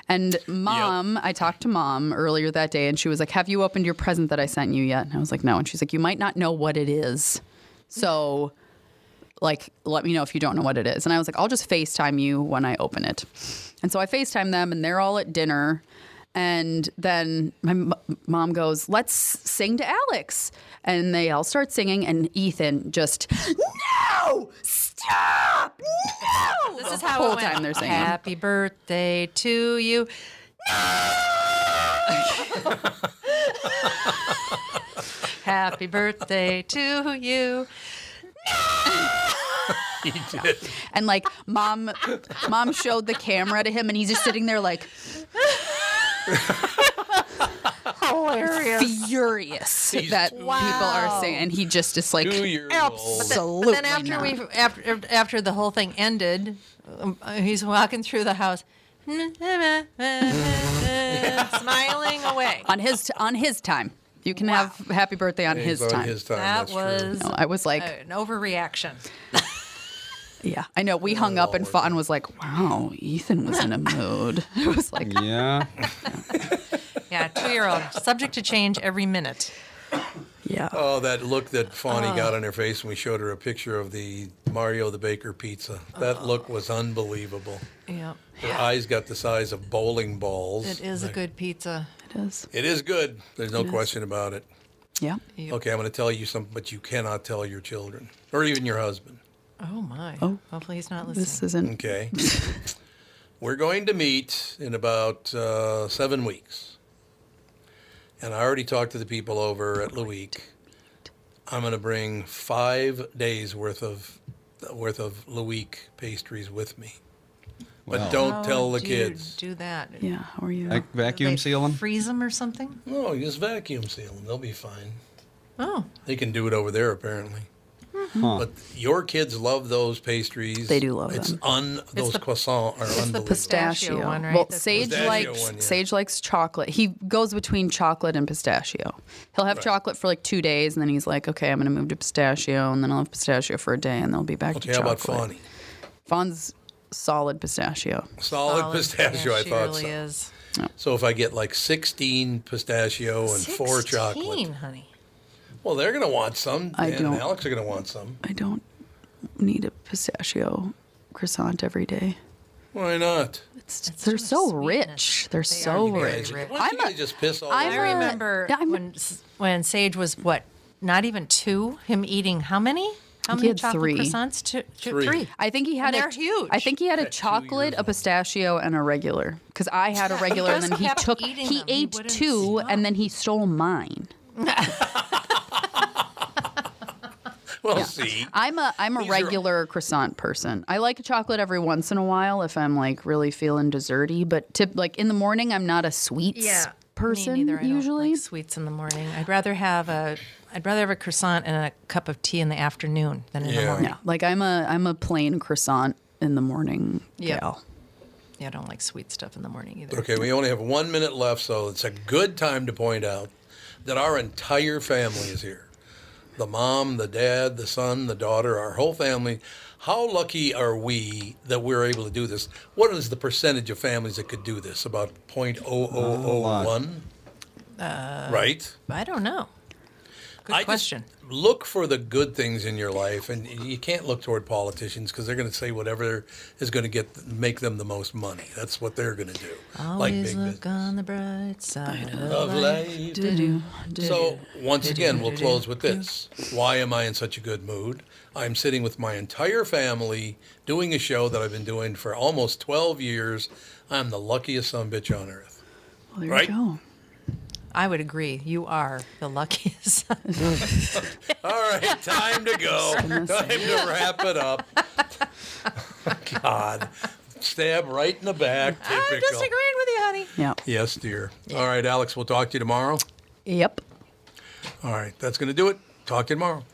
S4: And mom, I talked to mom earlier that day and she was like, Have you opened your present that I sent you yet? And I was like, No. And she's like, You might not know what it is. So, like, let me know if you don't know what it is. And I was like, I'll just FaceTime you when I open it. And so I FaceTime them and they're all at dinner. And then my m- mom goes, Let's sing to Alex. And they all start singing. And Ethan just, No, stop. No.
S2: This is how
S4: Oh, whole
S2: it went.
S4: time they're singing.
S2: Happy birthday to you. Happy birthday to you.
S1: He did.
S4: And like mom mom showed the camera to him and he's just sitting there like
S2: Hilarious.
S4: furious
S1: He's
S4: that
S1: too-
S4: people are saying and he just is like
S1: Two year old.
S4: absolutely
S2: But then after
S4: not.
S2: we after after the whole thing ended, um, uh, he's walking through the house, smiling away.
S4: on his on his time. You can have happy birthday on his
S1: on
S4: time.
S1: his time.
S2: That
S1: that's true.
S2: was
S4: No, I was like,
S2: an overreaction.
S4: yeah, I know. We hung
S1: Oh,
S4: up and Fawn was like, wow, Ethan was in a mood. I was like,
S3: Yeah.
S2: Yeah, two year old, subject to change every minute.
S4: yeah.
S1: Oh, that look that Fawny
S2: Uh.
S1: got on her face when we showed her a picture of the Mario the Baker pizza. That look was unbelievable.
S2: Uh. Yeah,
S1: Her eyes got the size of bowling balls.
S2: it is a good pizza.
S4: It is.
S1: It is good. There's no question about it.
S4: Yeah.
S1: Okay, I'm going to tell you something, but you cannot tell your children or even your husband.
S2: Oh my! Hopefully he's not listening.
S4: This isn't
S1: Okay. We're going to meet in about uh, seven weeks. And I already talked to the people over at Luik. I'm going to bring five days worth of worth of Luik pastries with me. But
S3: Wow.
S1: don't
S4: Oh,
S1: tell the
S2: do
S1: kids.
S2: Oh, Do that.
S4: yeah, how are you?
S3: Like vacuum
S2: They
S3: seal them.
S2: Freeze them or something.
S1: No, you just vacuum seal them. They'll be fine.
S2: Oh,
S1: They can do it over there, apparently.
S3: Huh.
S1: But your kids love those pastries.
S4: Hmm. They do love
S1: it's
S4: them.
S1: Un, those croissants are unbelievable.
S4: pistachio.
S2: Pistachio one, right?
S4: Well,
S2: That's
S4: Sage
S1: Pistachio
S4: likes
S1: one, yeah.
S4: Sage likes chocolate. He goes between chocolate and pistachio. He'll have chocolate for like two days, and then he's like, "Okay, I'm gonna move to pistachio, and then I'll have pistachio for a day, and then I'll be back
S1: okay,
S4: to
S1: how
S4: chocolate."
S1: about Fawny?
S4: Fawn's solid pistachio.
S1: Solid,
S2: solid
S1: pistachio, I
S2: she
S1: thought
S2: really
S1: so.
S2: is.
S1: So if I get like 16 pistachio and four
S2: 16,
S1: chocolate,
S2: honey.
S1: well, they're going to want some.
S4: I
S1: Dan
S4: don't-
S1: and Alex are going to want some.
S4: I don't need a pistachio croissant every day.
S1: Why not?
S4: It's, they're
S2: too
S4: so
S2: much
S4: rich. They're so
S2: you
S1: Guys,
S4: rich.
S2: Very rich.
S1: Why
S4: I'm
S1: can't
S4: a-
S1: you just piss all
S4: I'm
S1: over
S2: I
S4: a-
S1: it?
S2: remember
S4: Yeah, I'm-
S2: when S- when Sage was what, not even two. Him eating how many?
S4: He
S2: How many
S4: had
S2: chocolate
S4: three.
S2: croissants? Two, two,
S1: Three.
S4: I think he had
S2: And
S4: a
S2: they're huge.
S4: I think he had a
S1: two
S4: chocolate,
S1: years
S4: a pistachio, and a regular. Because I had a regular, and
S2: just
S4: then he
S2: kept
S4: took
S2: eating
S4: he
S2: them. He
S4: ate
S2: wouldn't
S4: two,
S2: stop.
S4: and then he stole mine.
S1: Well, see.
S4: I'm a I'm a
S1: These are-
S4: regular croissant person. I like chocolate every once in a while if I'm like really feeling desserty, but tip like in the morning I'm not a sweets person
S2: Me neither. I don't
S4: usually.
S2: like sweets in the morning. I'd rather have a I'd rather have a croissant and a cup of tea in the afternoon than in the
S1: Yeah.
S2: morning.
S4: yeah, like I'm a I'm a plain croissant in the morning
S2: Yep.
S4: gal.
S2: Yeah, I don't like sweet stuff in the morning either.
S1: Okay, we only have one minute left, so it's a good time to point out that our entire family is here. The mom, the dad, the son, the daughter, our whole family. How lucky are we that we're able to do this? What is the percentage of families that could do this? About 0.0001? right?
S2: Uh, I don't know. Good
S1: I
S2: question.
S1: Just look for the good things in your life, and you can't look toward politicians because they're going to say whatever is going to get make them the most money. That's what they're going to do. like big
S2: Always look on the bright side of
S1: Of
S2: life.
S1: life. So, once again, we'll close with this. Why am I in such a good mood? I'm sitting with my entire family doing a show that I've been doing for almost 12 years. I'm the luckiest son of a bitch on earth.
S4: Well, there
S1: Right?
S4: you go.
S2: I would agree. You are the luckiest.
S1: All right, time to go. Time to wrap it up. God. Stab right in the back.
S2: I'm just
S1: Typical.
S2: agreeing with you, honey.
S4: Yeah.
S1: Yes, dear. All right, Alex, we'll talk to you tomorrow.
S4: Yep.
S1: All right, that's going to do it. Talk to you tomorrow.